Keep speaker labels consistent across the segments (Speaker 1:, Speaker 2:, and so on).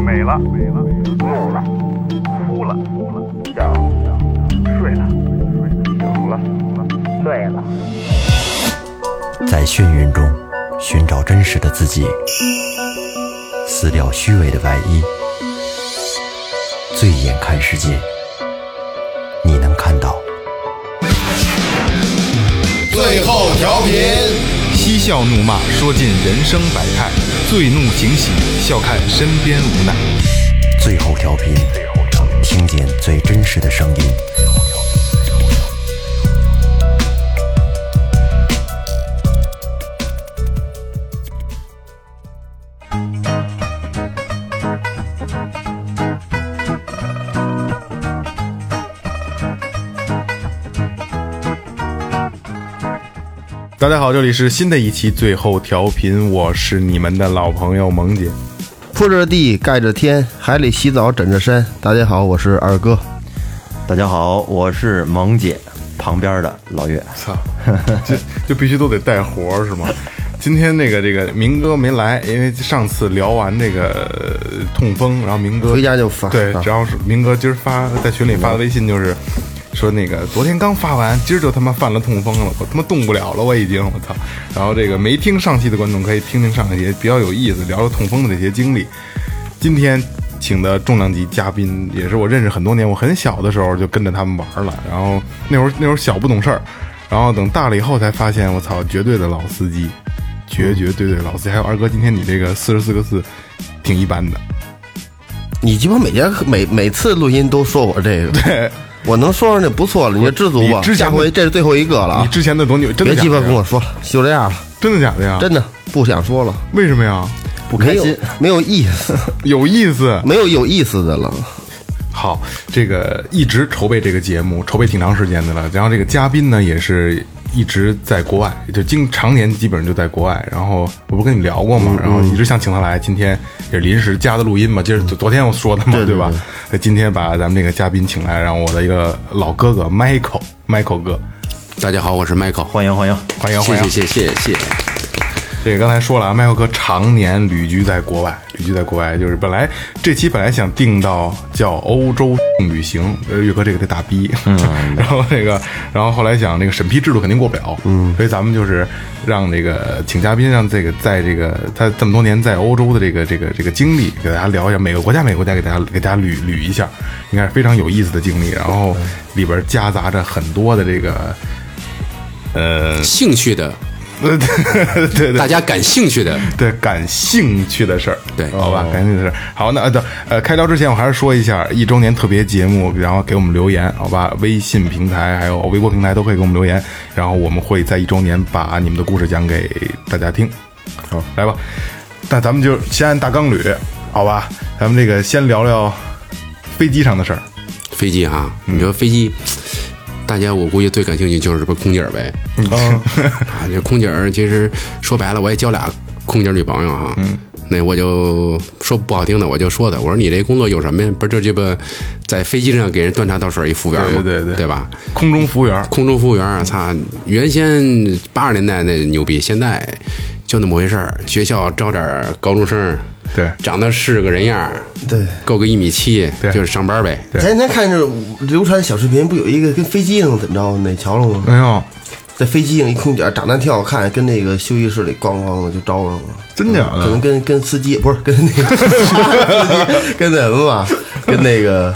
Speaker 1: 醒了，
Speaker 2: 怒了，哭了，笑了，睡了，醒了，醉了。
Speaker 3: 在眩晕中寻找真实的自己，撕掉虚伪的外衣，醉眼看世界，你能看到。
Speaker 4: 最后调频，
Speaker 5: 嬉笑怒骂，说尽人生百态；醉怒惊喜，笑看身边无奈。
Speaker 3: 最后调频，听见最真实的声音。
Speaker 5: 大家好，这里是新的一期最后调频，我是你们的老朋友萌姐。
Speaker 6: 铺着地，盖着天，海里洗澡枕着身。大家好，我是二哥。
Speaker 7: 大家好，我是萌姐旁边的老岳。
Speaker 5: 操，就就必须都得带活儿是吗？今天那个这个明哥没来，因为上次聊完这个呃痛风，然后明哥
Speaker 6: 回家就发
Speaker 5: 对
Speaker 6: 啊，
Speaker 5: 然后是明哥今儿发在群里发的微信就是说那个昨天刚发完，今儿就他妈犯了痛风了，我他妈动不了了，我已经我操。然后这个没听上期的观众可以听听上期比较有意思，聊聊痛风的这些经历。今天请的重量级嘉宾也是我认识很多年，我很小的时候就跟着他们玩了，然后那会儿那会儿小不懂事儿，然后等大了以后才发现，我操，绝对的老司机，绝绝对对的老司机。还有二哥，今天你这个四十四个四挺一般的，
Speaker 6: 你鸡巴每天每每次录音都说我这个，我能说上就不错了，你就知足吧。
Speaker 5: 你之前
Speaker 6: 下回这是最后一个了
Speaker 5: 你
Speaker 6: 啊！
Speaker 5: 之前的多牛，真的
Speaker 6: 别
Speaker 5: 假
Speaker 6: 鸡巴
Speaker 5: 的
Speaker 6: 跟
Speaker 5: 呀？
Speaker 6: 我说了，就这样了，
Speaker 5: 真的假的 呀？
Speaker 6: 真的不想说了，
Speaker 5: 为什么呀？
Speaker 6: 不开心，没有意 思，
Speaker 5: 有意思。
Speaker 6: 没有有意思的了。
Speaker 5: 好，这个一直筹备这个节目，筹备挺长时间的了。然后这个嘉宾呢，也是一直在国外，就经常年基本上就在国外。然后我不跟你聊过吗？然后一直想请他来，今天也是临时加的录音嘛，今儿昨天我说的嘛，对吧？那今天把咱们这个嘉宾请来，让我的一个老哥哥 Michael，Michael 哥，
Speaker 8: 大家好，我是 Michael，
Speaker 7: 欢迎欢迎，
Speaker 5: 欢迎欢迎。
Speaker 8: 谢谢谢谢谢谢。
Speaker 5: 这个刚才说了啊，麦克哥常年旅居在国外，旅居在国外就是本来这期本来想定到叫欧洲旅行，呃，岳哥这个得打逼，嗯， 然后这个，然后后来想这个审批制度肯定过不了，嗯，所以咱们就是让这个请嘉宾让这个在这个他这么多年在欧洲的这个这个这个经历，给大家聊一下每个国家每个国家给大家给大家捋捋一下，应该是非常有意思的经历，然后里边夹杂着很多的这个。呃，
Speaker 8: 兴趣的，
Speaker 5: 对对对，嗯
Speaker 8: 大家感兴趣的，
Speaker 5: 对感兴趣的事儿，
Speaker 8: 对
Speaker 5: 好吧，感兴趣的事儿。好，那呃，等呃，开聊之前，我还是说一下一周年特别节目，然后给我们留言，好吧，微信平台还有微博平台都可以给我们留言，然后我们会在一周年把你们的故事讲给大家听。好，来吧，那咱们就先按大纲捋，好吧，咱们这个先聊聊飞机上的事儿。
Speaker 8: 飞机哈，
Speaker 5: 嗯
Speaker 8: 你说飞机，大家我估计最感兴趣就是不是空姐儿 呗？
Speaker 5: 嗯
Speaker 8: 啊，这空姐儿其实说白了，我也交俩空姐儿女朋友哈。嗯，那我就说不好听的，我就说她，我说你这工作有什么呀？不是就鸡巴在飞机上给人端茶倒水一服务员吗？
Speaker 5: 对对嗯对
Speaker 8: 对吧？
Speaker 5: 空中服务员，
Speaker 8: 空中服务员啊，操！原先八十年代那牛逼，现在就那么回事儿。学校招点儿高中生，
Speaker 5: 对
Speaker 8: 长得是个人样儿，
Speaker 6: 对，
Speaker 8: 够个一米七，
Speaker 5: 对
Speaker 8: 就是上班呗。
Speaker 5: 对
Speaker 6: 前几天看这流传小视频，不有一个跟飞机上怎么着那瞧了吗？
Speaker 5: 哎呦，
Speaker 6: 在飞机上一空姐长得挺好看，跟那个休息室里咣咣的就招上了。
Speaker 5: 真假
Speaker 6: 嗯可
Speaker 5: 的？
Speaker 6: 能跟跟司机不是跟 那个司机跟那什么吧，跟那个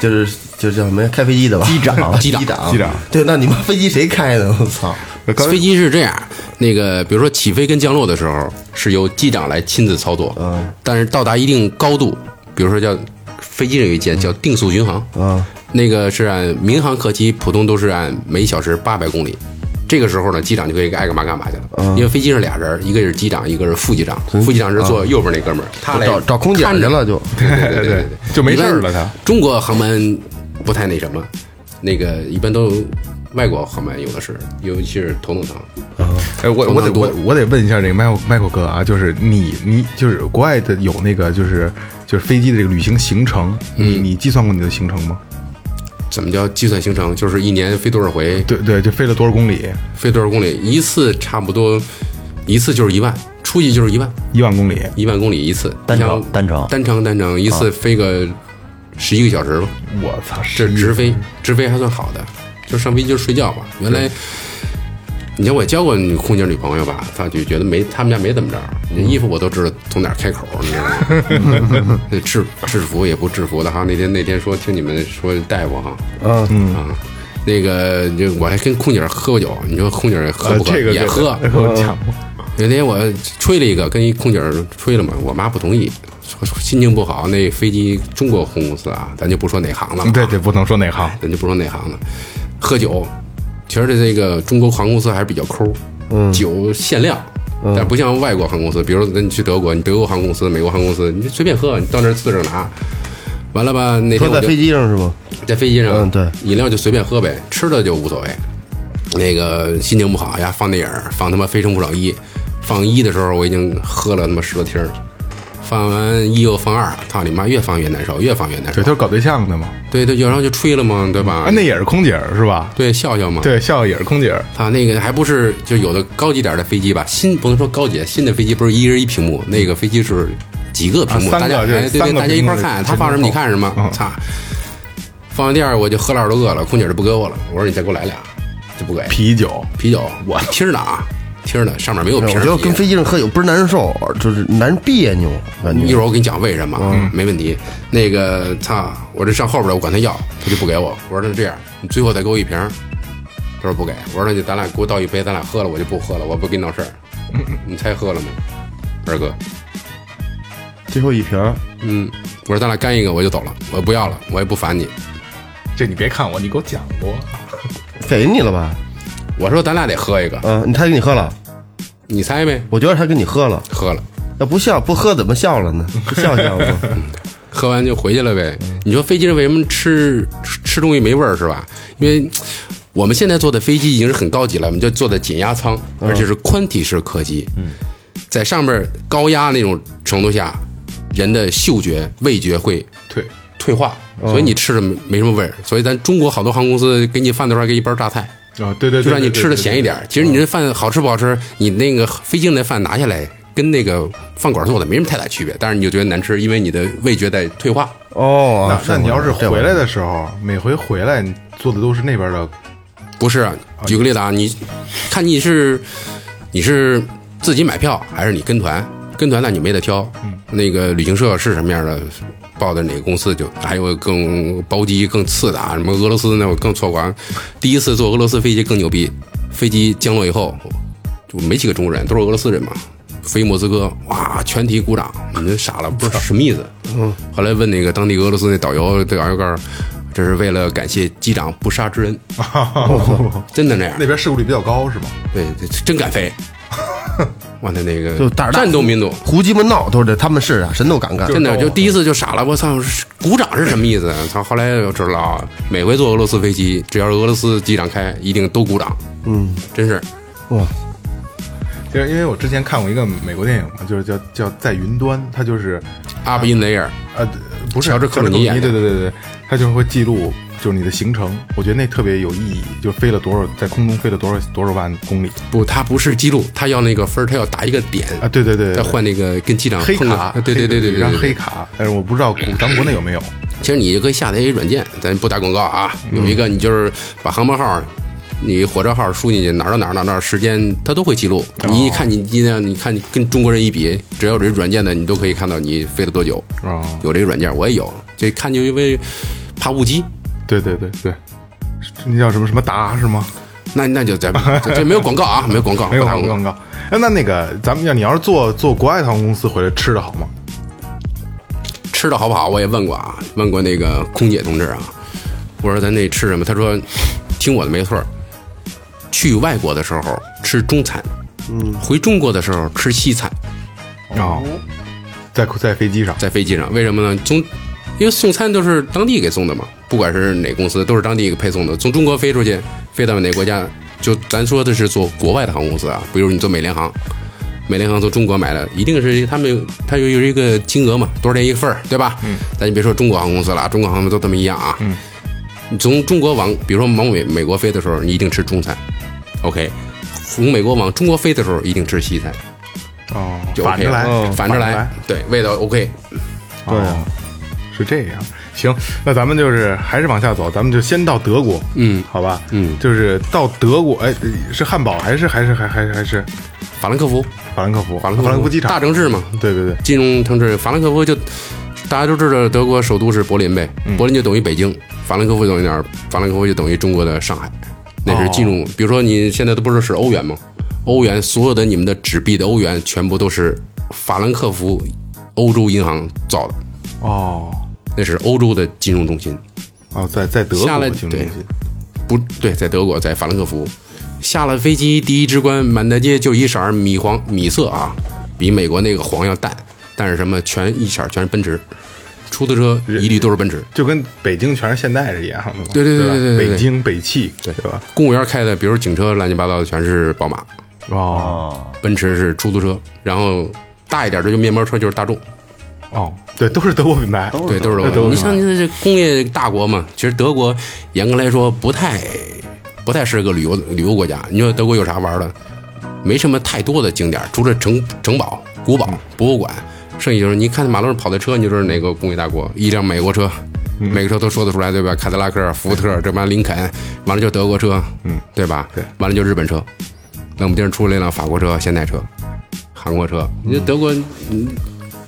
Speaker 6: 就是就是叫什么呀？开飞机的吧？机 长，
Speaker 8: 机
Speaker 6: 机
Speaker 8: 长
Speaker 6: 长，
Speaker 5: 机长
Speaker 6: 对，那你妈飞机谁开的？我操！
Speaker 5: 刚才
Speaker 8: 飞机是这样，那个比如说起飞跟降落的时候是由机长来亲自操作，嗯，但是到达一定高度，比如说叫飞机上有一键叫定速巡航，
Speaker 6: 嗯，
Speaker 8: 那个是按民航客机普通都是按每小时八百公里。这个时候呢，机长就可以爱干嘛干嘛去
Speaker 6: 啊
Speaker 8: 了，因为飞机上俩人，一个是机长，一个是副机长，副机长是坐右边那哥们儿，他来
Speaker 6: 嗯啊找找空姐
Speaker 8: 看
Speaker 6: 去
Speaker 8: 着
Speaker 6: 了就。
Speaker 8: 对对对对，
Speaker 5: 就没事儿了他
Speaker 8: 一般中国航班不太那什么，那个一般都外国航班有的是，尤其是头等舱。
Speaker 5: 哎，我
Speaker 8: 同
Speaker 5: 我
Speaker 8: 行
Speaker 5: 得
Speaker 8: 多
Speaker 5: 我我得问一下这个 Michael Michael 哥啊，就是你你就是国外的有那个就是就是飞机的这个旅行行程，你
Speaker 8: 嗯
Speaker 5: 你计算过你的行程吗？
Speaker 8: 怎么叫计算行程？就是一年飞多少回，
Speaker 5: 对对，就飞了多少公里？
Speaker 8: 飞多少公里，一次差不多，一次就是一万，出去就是一万
Speaker 5: 一万公里，
Speaker 8: 一万公里一次，
Speaker 7: 单程
Speaker 8: 像
Speaker 7: 单程啊
Speaker 8: 单程单程一次飞个十一个小时吧，
Speaker 5: 我操，
Speaker 8: 这直
Speaker 7: 嗯
Speaker 8: 飞直飞还算好的，就上飞机就睡觉吧。原来你像我交过女空姐女朋友吧，她就觉得没他们家没怎么着，那衣服我都知道从哪儿开口，你知道吗？ 那制制服也不制服的哈。那天那天说听你们说大夫哈，
Speaker 6: 嗯
Speaker 8: 嗯啊。那个，就我还跟空姐喝过酒，你说空姐喝
Speaker 5: 呃
Speaker 8: 不喝？
Speaker 5: 这个
Speaker 8: 也
Speaker 5: 这个
Speaker 8: 喝，
Speaker 5: 我讲过，
Speaker 8: 那天我吹了一个，跟一空姐儿吹了嘛，我妈不同意，说说心情不好。那飞机中国航空公司啊，咱就不说哪行了，
Speaker 5: 嗯
Speaker 8: 啊
Speaker 5: 对对，，不能说内行，
Speaker 8: 咱就不说哪行了。喝酒，其实这个中国航空公司还是比较抠，嗯，酒限量，但不像外国航空公司，比如说你去德国，你德国航空公司、美国航空公司，你随便喝，你到那儿自个儿拿。完了吧，那天
Speaker 6: 说
Speaker 8: 我
Speaker 6: 在
Speaker 8: 就
Speaker 6: 飞机上是吗？
Speaker 8: 在飞机上，
Speaker 6: 嗯对
Speaker 8: 饮料就随便喝呗，吃的就无所谓。那个心情不好哎呀，放电影儿，放他妈《非诚勿扰一》，放一的时候我已经喝了他妈十多听儿，放完一又放二，操你妈，越放越难受，越放越难受
Speaker 5: 对，。他是搞对象的嘛，
Speaker 8: 对对，有然后就吹了嘛，对吧？
Speaker 5: 啊，那也是空姐儿是吧？
Speaker 8: 对笑笑嘛，
Speaker 5: 对，笑笑也是空姐儿，
Speaker 8: 啊，那个还不是就有的高级点儿的飞机吧，新不能说高级，新的飞机不是一人一屏幕，那个飞机是几个屏幕，
Speaker 5: 啊三个
Speaker 8: 大家
Speaker 5: 就是
Speaker 8: 哎对
Speaker 5: 三
Speaker 8: 对，
Speaker 5: 个
Speaker 8: 大家一
Speaker 5: 屏幕
Speaker 8: 块儿
Speaker 5: 的
Speaker 8: 看，
Speaker 5: 全
Speaker 8: 他放什么
Speaker 5: 都
Speaker 8: 你看什么
Speaker 5: 嗯，
Speaker 8: 操！放完第二我就喝了都饿了，空姐就不给我了，我说你再给我来俩，就不给
Speaker 5: 啤酒，
Speaker 8: 啤酒，我听着呢啊，听着呢，上面没有
Speaker 6: 嗯我
Speaker 8: 瓶儿
Speaker 6: 觉得跟
Speaker 8: 啤
Speaker 6: 飞机上喝酒不是难受，就是难别扭，感
Speaker 8: 一
Speaker 6: 觉
Speaker 8: 会儿我给你讲为什么，没问题。那个操，我这上后边了，我管他要，他就不给我。我说那这样，你最后再给我一瓶儿。他说不给。我说那就咱俩给我倒一杯，咱俩喝了，我就不喝了，我不跟你闹事儿。你猜喝了没，二哥？
Speaker 6: 最后一瓶儿
Speaker 8: 嗯，我说咱俩干一个，我就走了，我不要了，我也不烦你。
Speaker 5: 这你别看我，你给我讲过，
Speaker 6: 给你了吧？
Speaker 8: 我说咱俩得喝一个，
Speaker 6: 嗯，他给你喝了，
Speaker 8: 你猜呗？
Speaker 6: 我觉得他给你喝了，
Speaker 8: 喝了，
Speaker 6: 要不笑不喝怎么笑了呢？ 不笑笑吗？
Speaker 8: 喝完就回去了呗。你说飞机上为什么吃吃吃东西没味儿是吧？因为我们现在坐的飞机已经是很高级了，我们就坐在减压舱，
Speaker 5: 嗯
Speaker 8: 而且是宽体式客机。嗯，在上面高压那种程度下，人的嗅觉、味觉会
Speaker 5: 对，
Speaker 8: 退化，
Speaker 5: 哦
Speaker 8: 所以你吃的没没什么味儿。所以咱中国好多航空公司给你饭的时候还给一包榨菜，
Speaker 5: 啊，对对对，
Speaker 8: 就让你
Speaker 5: 对啊
Speaker 8: 吃的咸一，点儿。其实你这饭好吃不好吃，你那个飞机上的饭拿下来跟那个饭馆做的没什么太大区别，但是你就觉得难吃，因为你的味觉在退化。
Speaker 6: 哦，
Speaker 5: 那那你要是
Speaker 6: 这会
Speaker 5: 回
Speaker 6: 儿
Speaker 5: 来的时候，每回回来你坐的都是那边的，
Speaker 8: 不是，举个例子啊，你看你是你是自己买票还是你跟团？跟团那你没得挑，那个旅行社是什么样的，报的哪个公司就还有更包机更次的啊，什么俄罗斯那我更错过啊。第一次坐俄罗斯飞机更牛逼，飞机降落以后就没几个中国人，都是俄罗斯人嘛。飞莫斯科，哇，全体鼓掌，我们就傻了，不知道什么意思。嗯，后来问那个当地俄罗斯那导游，导游告诉，这是为了感谢机长不杀之恩，真哦的那样
Speaker 5: 那。边事故率比较高是吗？
Speaker 8: 对，这真敢飞！哇，那那个
Speaker 6: 就胆儿大
Speaker 8: 战斗民族，
Speaker 6: 胡鸡巴闹都是这，他们是啊，神都敢干。
Speaker 8: 真的就第一次就傻了，我操，是鼓掌是什么意思？操！后来我知道啊，每回坐俄罗斯飞机，只要是俄罗斯机长开，一定都鼓掌。嗯，真是
Speaker 6: 哇，
Speaker 5: 就是因为我之前看过一个美国电影嘛，就是叫叫在云端，它就是
Speaker 8: ，up in the air，
Speaker 5: 呃不是
Speaker 8: 乔治
Speaker 5: 克
Speaker 8: 克鲁尼演的
Speaker 5: 对对对对，它就是会记录就是你的行程，我觉得那特别有意义，就是飞了多少在空中飞了多少多少万公里
Speaker 8: 不，他不是记录，他要那个分儿，他要打一个点，
Speaker 5: 啊，对对对，
Speaker 8: 再换那个跟机长
Speaker 5: 黑
Speaker 8: 碰了
Speaker 5: 卡，
Speaker 8: 啊对对对对
Speaker 5: 有
Speaker 8: 对
Speaker 5: 一张
Speaker 8: 对
Speaker 5: 黑卡，但是我不知道国咱们国内有没有。
Speaker 8: 其实你也可以下载一软件，咱不打广告啊。
Speaker 5: 嗯
Speaker 8: 有一个你就是把航班号、你火车号输进去，哪儿到哪儿哪儿哪儿时间，它都会记录。
Speaker 5: 哦
Speaker 8: 你一看你今天，你看你跟中国人一比，只要有这软件的，你都可以看到你飞了多久。
Speaker 5: 哦
Speaker 8: 有这个软件，我也有。这看就因为怕误机，
Speaker 5: 对对对对，是那叫什么什么达是吗？
Speaker 8: 那那就咱 这这没有广告啊，没有广告，
Speaker 5: 没有
Speaker 8: 不打广告
Speaker 5: 广。告。哎，那那个咱们要你要是坐坐国外航空公司回来吃的好吗？
Speaker 8: 吃的好不好？我也问过啊，问过那个空姐同志啊，我说咱那吃什么？他说，听我的没错儿，去外国的时候吃中餐，嗯，回中国的时候吃西餐，
Speaker 5: 哦，在在飞机上
Speaker 8: 在飞机上，为什么呢？从因为送餐都是当地给送的嘛，不管是哪公司都是当地配送的。从中国飞出去，飞到哪个国家，就咱说的是做国外的航空公司啊，比如你做美联航，美联航从中国买的，一定是他们有它有有一个金额嘛，多少钱一份儿，对吧？嗯，咱就别说中国航空公司了，中国航空都这么一样啊。嗯，你从中国往，比如说往美美国飞的时候，你一定吃中餐，OK。从美国往中国飞的时候，一定吃西餐。
Speaker 5: 哦，
Speaker 8: 就
Speaker 5: 反
Speaker 8: OK
Speaker 5: 着
Speaker 8: 了嗯
Speaker 5: 来，
Speaker 8: 反着来，啊对，味道 OK，
Speaker 5: 对、是这样。行，那咱们就是还是往下走，咱们就先到德国，
Speaker 8: 嗯
Speaker 5: 好吧，
Speaker 8: 嗯
Speaker 5: 就是到德国，哎，是汉堡还是还是还还还是
Speaker 8: 法兰克福，
Speaker 5: 法兰克福？
Speaker 8: 法兰克福
Speaker 5: 机场，
Speaker 8: 大城市嘛，
Speaker 5: 对对对，
Speaker 8: 金融城市，法兰克福就大家都知道，德国首都是柏林呗，
Speaker 5: 嗯
Speaker 8: 柏林就等于北京，法兰克福等于哪儿？法兰克福就等于中国的上海，那是金融。
Speaker 5: 哦
Speaker 8: 比如说你现在都不是使欧元吗？欧元所有的你们的纸币的欧元全部都是法兰克福欧洲银行造的，
Speaker 5: 哦
Speaker 8: 那是欧洲的金融中心。
Speaker 5: 哦，在在德国
Speaker 8: 下来
Speaker 5: 金融
Speaker 8: 对
Speaker 5: 中心
Speaker 8: 不对，在德国，在法兰克福，下了飞机，第一直观满大街就一色儿米黄米色啊，比美国那个黄要淡，但是什么全一色儿全是奔驰，出租车一律都是奔驰。
Speaker 5: 就跟北京全是现代是一样的嘛，
Speaker 8: 对对对
Speaker 5: 吧
Speaker 8: 对对对对
Speaker 5: 北京北汽，对吧？
Speaker 8: 公务员开的，比如警车乱七八糟的全是宝马，
Speaker 5: 哦
Speaker 8: 奔驰是出租车，然后大一点的就面包车就是大众，
Speaker 5: 哦，对，都是德国品牌，
Speaker 8: 对，都是
Speaker 5: 那
Speaker 8: 德
Speaker 5: 都
Speaker 8: 国。
Speaker 5: 是
Speaker 8: 你像这这工业大国嘛，其实德国严格来说不太不太是个旅游旅游国家。你说德国有啥玩的？没什么太多的景点，除了城城堡、古堡、博物馆，剩下就是你看马路上跑的车，你就是哪个工业大国，一辆美国车。每个车都说得出来，对吧？凯迪拉克、福特，这帮林肯，完了就德国车，嗯，对吧？对，完了就日本车，冷不丁出来一辆法国车、现代车、韩国车。你这德国，嗯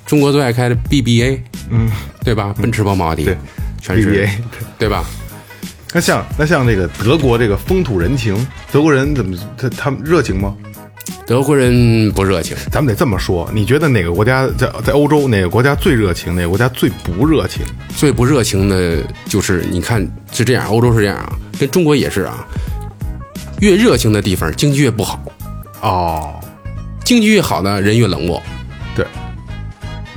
Speaker 8: 中国最爱开的 BBA，嗯，对吧？奔驰、宝马、奥迪，
Speaker 5: 对
Speaker 8: 全是
Speaker 5: BBA
Speaker 8: 对吧？
Speaker 5: 那像那像这个德国这个风土人情，德国人怎么他他们热情吗？
Speaker 8: 德国人不热情，
Speaker 5: 咱们得这么说，你觉得哪个国家在在欧洲哪个国家最热情，哪个国家最不热情？
Speaker 8: 最不热情的就是你看是这样，欧洲是这样啊，跟中国也是啊。越热情的地方，经济越不好；
Speaker 5: 哦，
Speaker 8: 经济越好呢，人越冷漠。
Speaker 5: 对，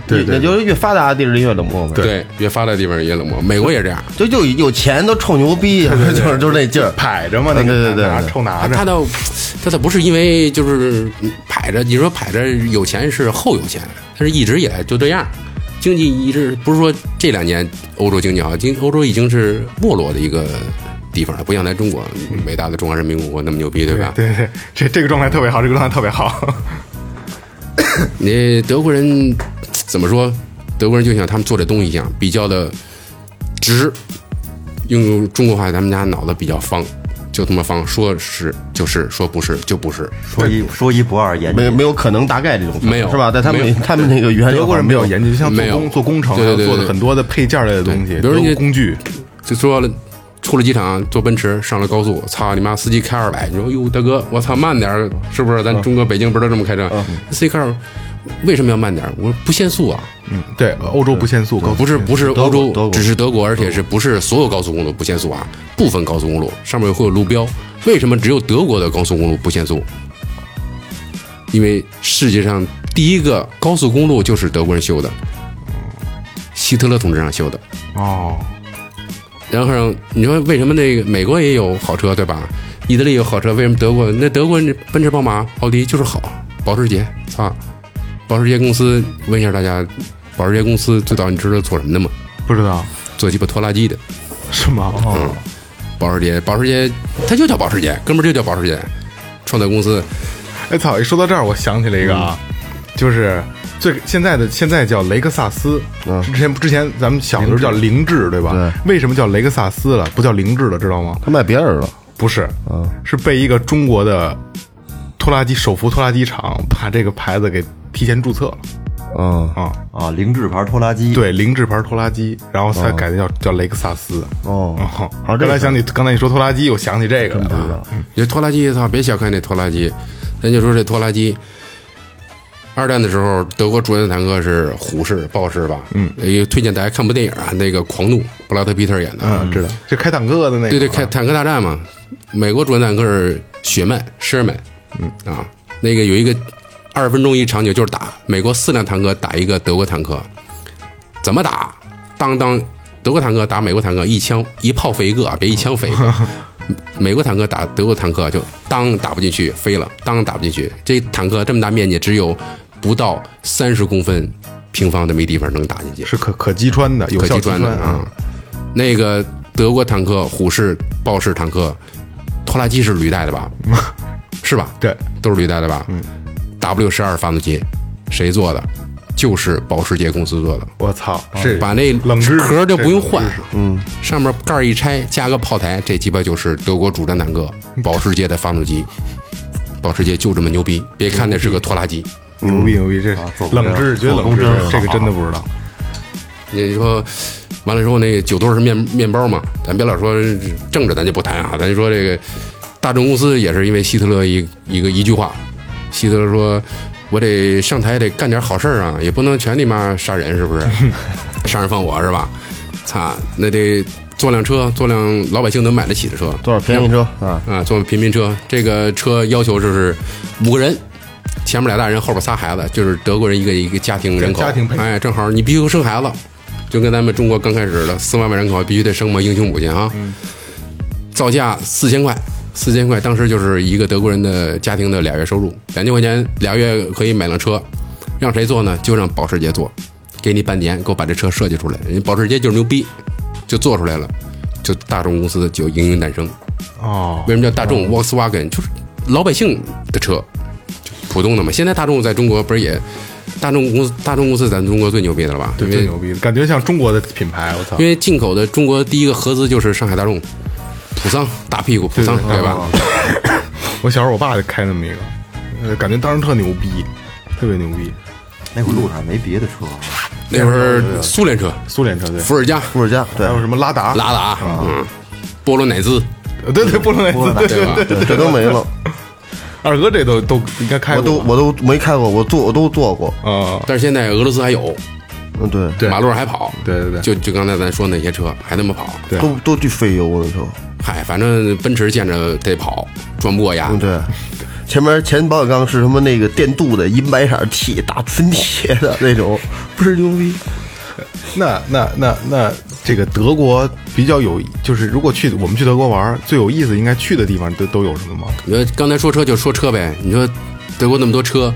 Speaker 5: 对
Speaker 6: 也
Speaker 5: 对
Speaker 6: 也就是越发达的地儿越冷漠呗。
Speaker 8: 对，越发达的地方越冷漠。美国也这样，
Speaker 6: 就就有钱都臭牛逼， 就是就是那劲儿。
Speaker 5: 摆着嘛，那
Speaker 6: 啊对
Speaker 5: 个
Speaker 6: 对对
Speaker 5: 拿
Speaker 6: 对
Speaker 5: 臭拿
Speaker 8: 他
Speaker 5: 着，
Speaker 8: 倒他倒不是因为就是排着，你说排着有钱是后有钱，他是一直以来就这样，经济一直不是说这两年欧洲经济好，经欧洲已经是没落的一个地方了，不像咱中国伟大的中华人民共和国那么牛逼，对吧？
Speaker 5: 嗯对对对，这这个状态特别好，这个状态特别好。
Speaker 8: 你德国人怎么说？德国人就像他们做这东西一样，比较的直。用中国话，咱们家脑子比较方，就他妈方，说是就是，说不是就不是。
Speaker 7: 说一说一不二，严
Speaker 6: 没有没有可能大概这种事儿，
Speaker 8: 没有
Speaker 6: 是吧？在他
Speaker 8: 没
Speaker 6: 们
Speaker 8: 有
Speaker 6: 他们那个原
Speaker 5: 德国人比较研究，像做
Speaker 8: 没有
Speaker 5: 工做工程，还
Speaker 8: 对
Speaker 5: 有
Speaker 8: 对对
Speaker 5: 做的
Speaker 8: 对
Speaker 5: 很多的配件类的东西，
Speaker 8: 比如
Speaker 5: 德
Speaker 8: 你
Speaker 5: 国工具，
Speaker 8: 就说了，出了机场啊坐奔驰上了高速，操你妈！司机开二百，你说哟大哥，我操慢点儿，是不是？咱中国北京不是都这么开车？司机开二，为什么要慢点儿？我说不限速啊，
Speaker 5: 嗯，对，欧洲不限速，高速
Speaker 8: 不是不是欧
Speaker 6: 德国
Speaker 8: 洲，只是德国，而且是不是所有高速公路不限速啊？部分高速公路上面会有路标，为什么只有德国的高速公路不限速？因为世界上第一个高速公路就是德国人修的，希特勒同志让修的。
Speaker 5: 哦，
Speaker 8: 然后你说为什么那个美国也有好车对吧？意大利有好车，为什么德国那德国那奔驰、宝马、奥迪就是好？保时捷，操！保时捷公司问一下大家，保时捷公司最早你知道做什么的吗？
Speaker 5: 不知道
Speaker 8: 做鸡巴拖拉机的。
Speaker 5: 是吗？哦，
Speaker 8: 保时捷，保时捷，它就叫保时捷，哥们儿就叫保时捷，创造公司。
Speaker 5: 哎操！一说到这儿，我想起了一个啊，就是最现在的现在叫雷克萨斯，之前之前咱们小时候叫凌志，对吧？
Speaker 6: 对
Speaker 5: 为什么叫雷克萨斯了，不叫凌志了，知道吗？
Speaker 6: 他卖别人了，
Speaker 5: 不是，是被一个中国的拖拉机手扶拖拉机厂把这个牌子给提前注册了
Speaker 6: 嗯
Speaker 5: 啊、
Speaker 7: 啊，凌志牌拖拉机，，
Speaker 5: 对，凌志牌拖拉机，然后才改的叫、叫雷克萨斯。
Speaker 6: 哦
Speaker 5: 哦，
Speaker 6: 好
Speaker 5: 刚
Speaker 6: 这个
Speaker 5: 才想起刚才你说拖拉机，我想起这个了。啊
Speaker 8: 你说嗯拖拉机，操，别小看这拖拉机，咱就说这拖拉机。二战的时候，德国主战坦克是虎式、豹式吧？嗯，也推荐大家看部电影啊，那个《狂怒》，布拉德·皮特演的。
Speaker 5: 嗯，知道，就开坦克的那个。啊
Speaker 8: 对对，开坦克大战嘛，美国主战坦克是雪曼、Sherman，嗯啊，那个有一个二十分钟一场景就是打美国四辆坦克打一个德国坦克，怎么打？当当，德国坦克打美国坦克一枪一炮飞一个啊，别一枪飞一个。美国坦克打德国坦克就当打不进去飞了，当打不进去。这坦克这么大面积，只有不到三十公分平方的没地方能打进去。
Speaker 5: 是可可击穿的，有
Speaker 8: 可
Speaker 5: 效
Speaker 8: 击
Speaker 5: 击
Speaker 8: 穿的啊
Speaker 5: 啊。。
Speaker 8: 那个德国坦克、虎式、豹 式坦克，拖拉机是履带的吧？是吧？
Speaker 5: 对，
Speaker 8: 都是履带的吧？嗯。 W 十二发动机，谁做的？就是保时捷公司做的。
Speaker 5: 我操，这
Speaker 8: 啊把那
Speaker 5: 冷知识
Speaker 8: 壳就不用
Speaker 5: 这
Speaker 8: 换
Speaker 5: 冷知识，
Speaker 8: 嗯，上面盖儿一拆，加个炮台，这鸡巴就是德国主战坦克保时捷的发动机。保时捷就这么牛逼，别看那是个拖拉机，
Speaker 5: 牛逼牛逼，这
Speaker 6: 啊
Speaker 5: 冷知识绝对冷知识，这个真的不知道。
Speaker 8: 你说完了之后，那个酒豆是面面包嘛？咱别老说政治，咱就不谈啊，咱就说这个大众公司也是因为希特勒一一个一句话，希特勒说：“我得上台得干点好事儿啊，也不能全你妈杀人，是 不是？杀人放火是吧？操，那得做辆车，做辆老百姓能买得起的车
Speaker 6: 多少便宜车
Speaker 5: 嗯
Speaker 6: 啊？
Speaker 8: 啊，做平民车。这个车要求就是五个人。”前面俩大人，后边仨孩子，就是德国人一个一个家庭人口，
Speaker 5: 家庭配置
Speaker 8: 哎，正好你必须生孩子，就跟咱们中国刚开始的四万万人口必须得生嘛，英雄母亲啊。
Speaker 5: 嗯
Speaker 8: 造价四千块，四千块，当时就是一个德国人的家庭的俩月收入，两千块钱俩月可以买辆车，让谁做呢？就让保时捷做，给你半年，给我把这车设计出来，人家保时捷就是牛逼，就做出来了，就大众公司就应运诞生。
Speaker 5: 哦，
Speaker 8: 为什么叫大众 Volkswagen？就是老百姓的车，就普通的嘛。现在大众在中国不是也，大众公司大众公司咱中国最牛逼的了吧？
Speaker 5: 对，
Speaker 8: 因
Speaker 5: 最
Speaker 8: 为
Speaker 5: 牛逼，感觉像中国的品牌，我操
Speaker 8: 因，为进口的中国第一个合资就是上海大众，普桑大屁股普桑
Speaker 5: 对对嗯
Speaker 8: 对吧？
Speaker 5: 我小时候我爸就开那么一个，呃，感觉当时特牛逼，特别牛逼，
Speaker 7: 那会儿路上没别的车，啊
Speaker 8: 那会
Speaker 5: 嗯
Speaker 8: 儿苏联车，
Speaker 5: 苏联车队，
Speaker 8: 伏尔加、
Speaker 6: 伏尔加对
Speaker 5: 还，有什么拉达，
Speaker 8: 鞑靼，
Speaker 5: 啊
Speaker 8: 嗯，波罗乃兹，
Speaker 5: 呃对对，
Speaker 8: 嗯
Speaker 5: 波罗乃兹，对
Speaker 8: 对吧？
Speaker 6: 对，这都没 了，
Speaker 5: 二哥这都都应该开
Speaker 6: 我都
Speaker 5: 过吧，
Speaker 6: 我都没开过，我坐我都坐过，
Speaker 5: 啊，
Speaker 8: 但是现在俄罗斯还有，
Speaker 6: 嗯，对，
Speaker 5: 对
Speaker 8: 马路上还跑，
Speaker 5: 对对对
Speaker 8: 就就刚才咱说那些车还那么跑，
Speaker 5: 对啊
Speaker 6: 都都巨费油那时候，
Speaker 8: 嗨，反正奔驰见着得跑，转不过呀
Speaker 6: 嗯，。对。前面前保险杠是什么那个电镀的银白色儿铁打磁铁的那种，不是牛逼。
Speaker 5: 那那那那这个德国比较有，就是如果去我们去德国玩，最有意思应该去的地方都都有什么吗？
Speaker 8: 你说刚才说车就说车呗，你说德国那么多车，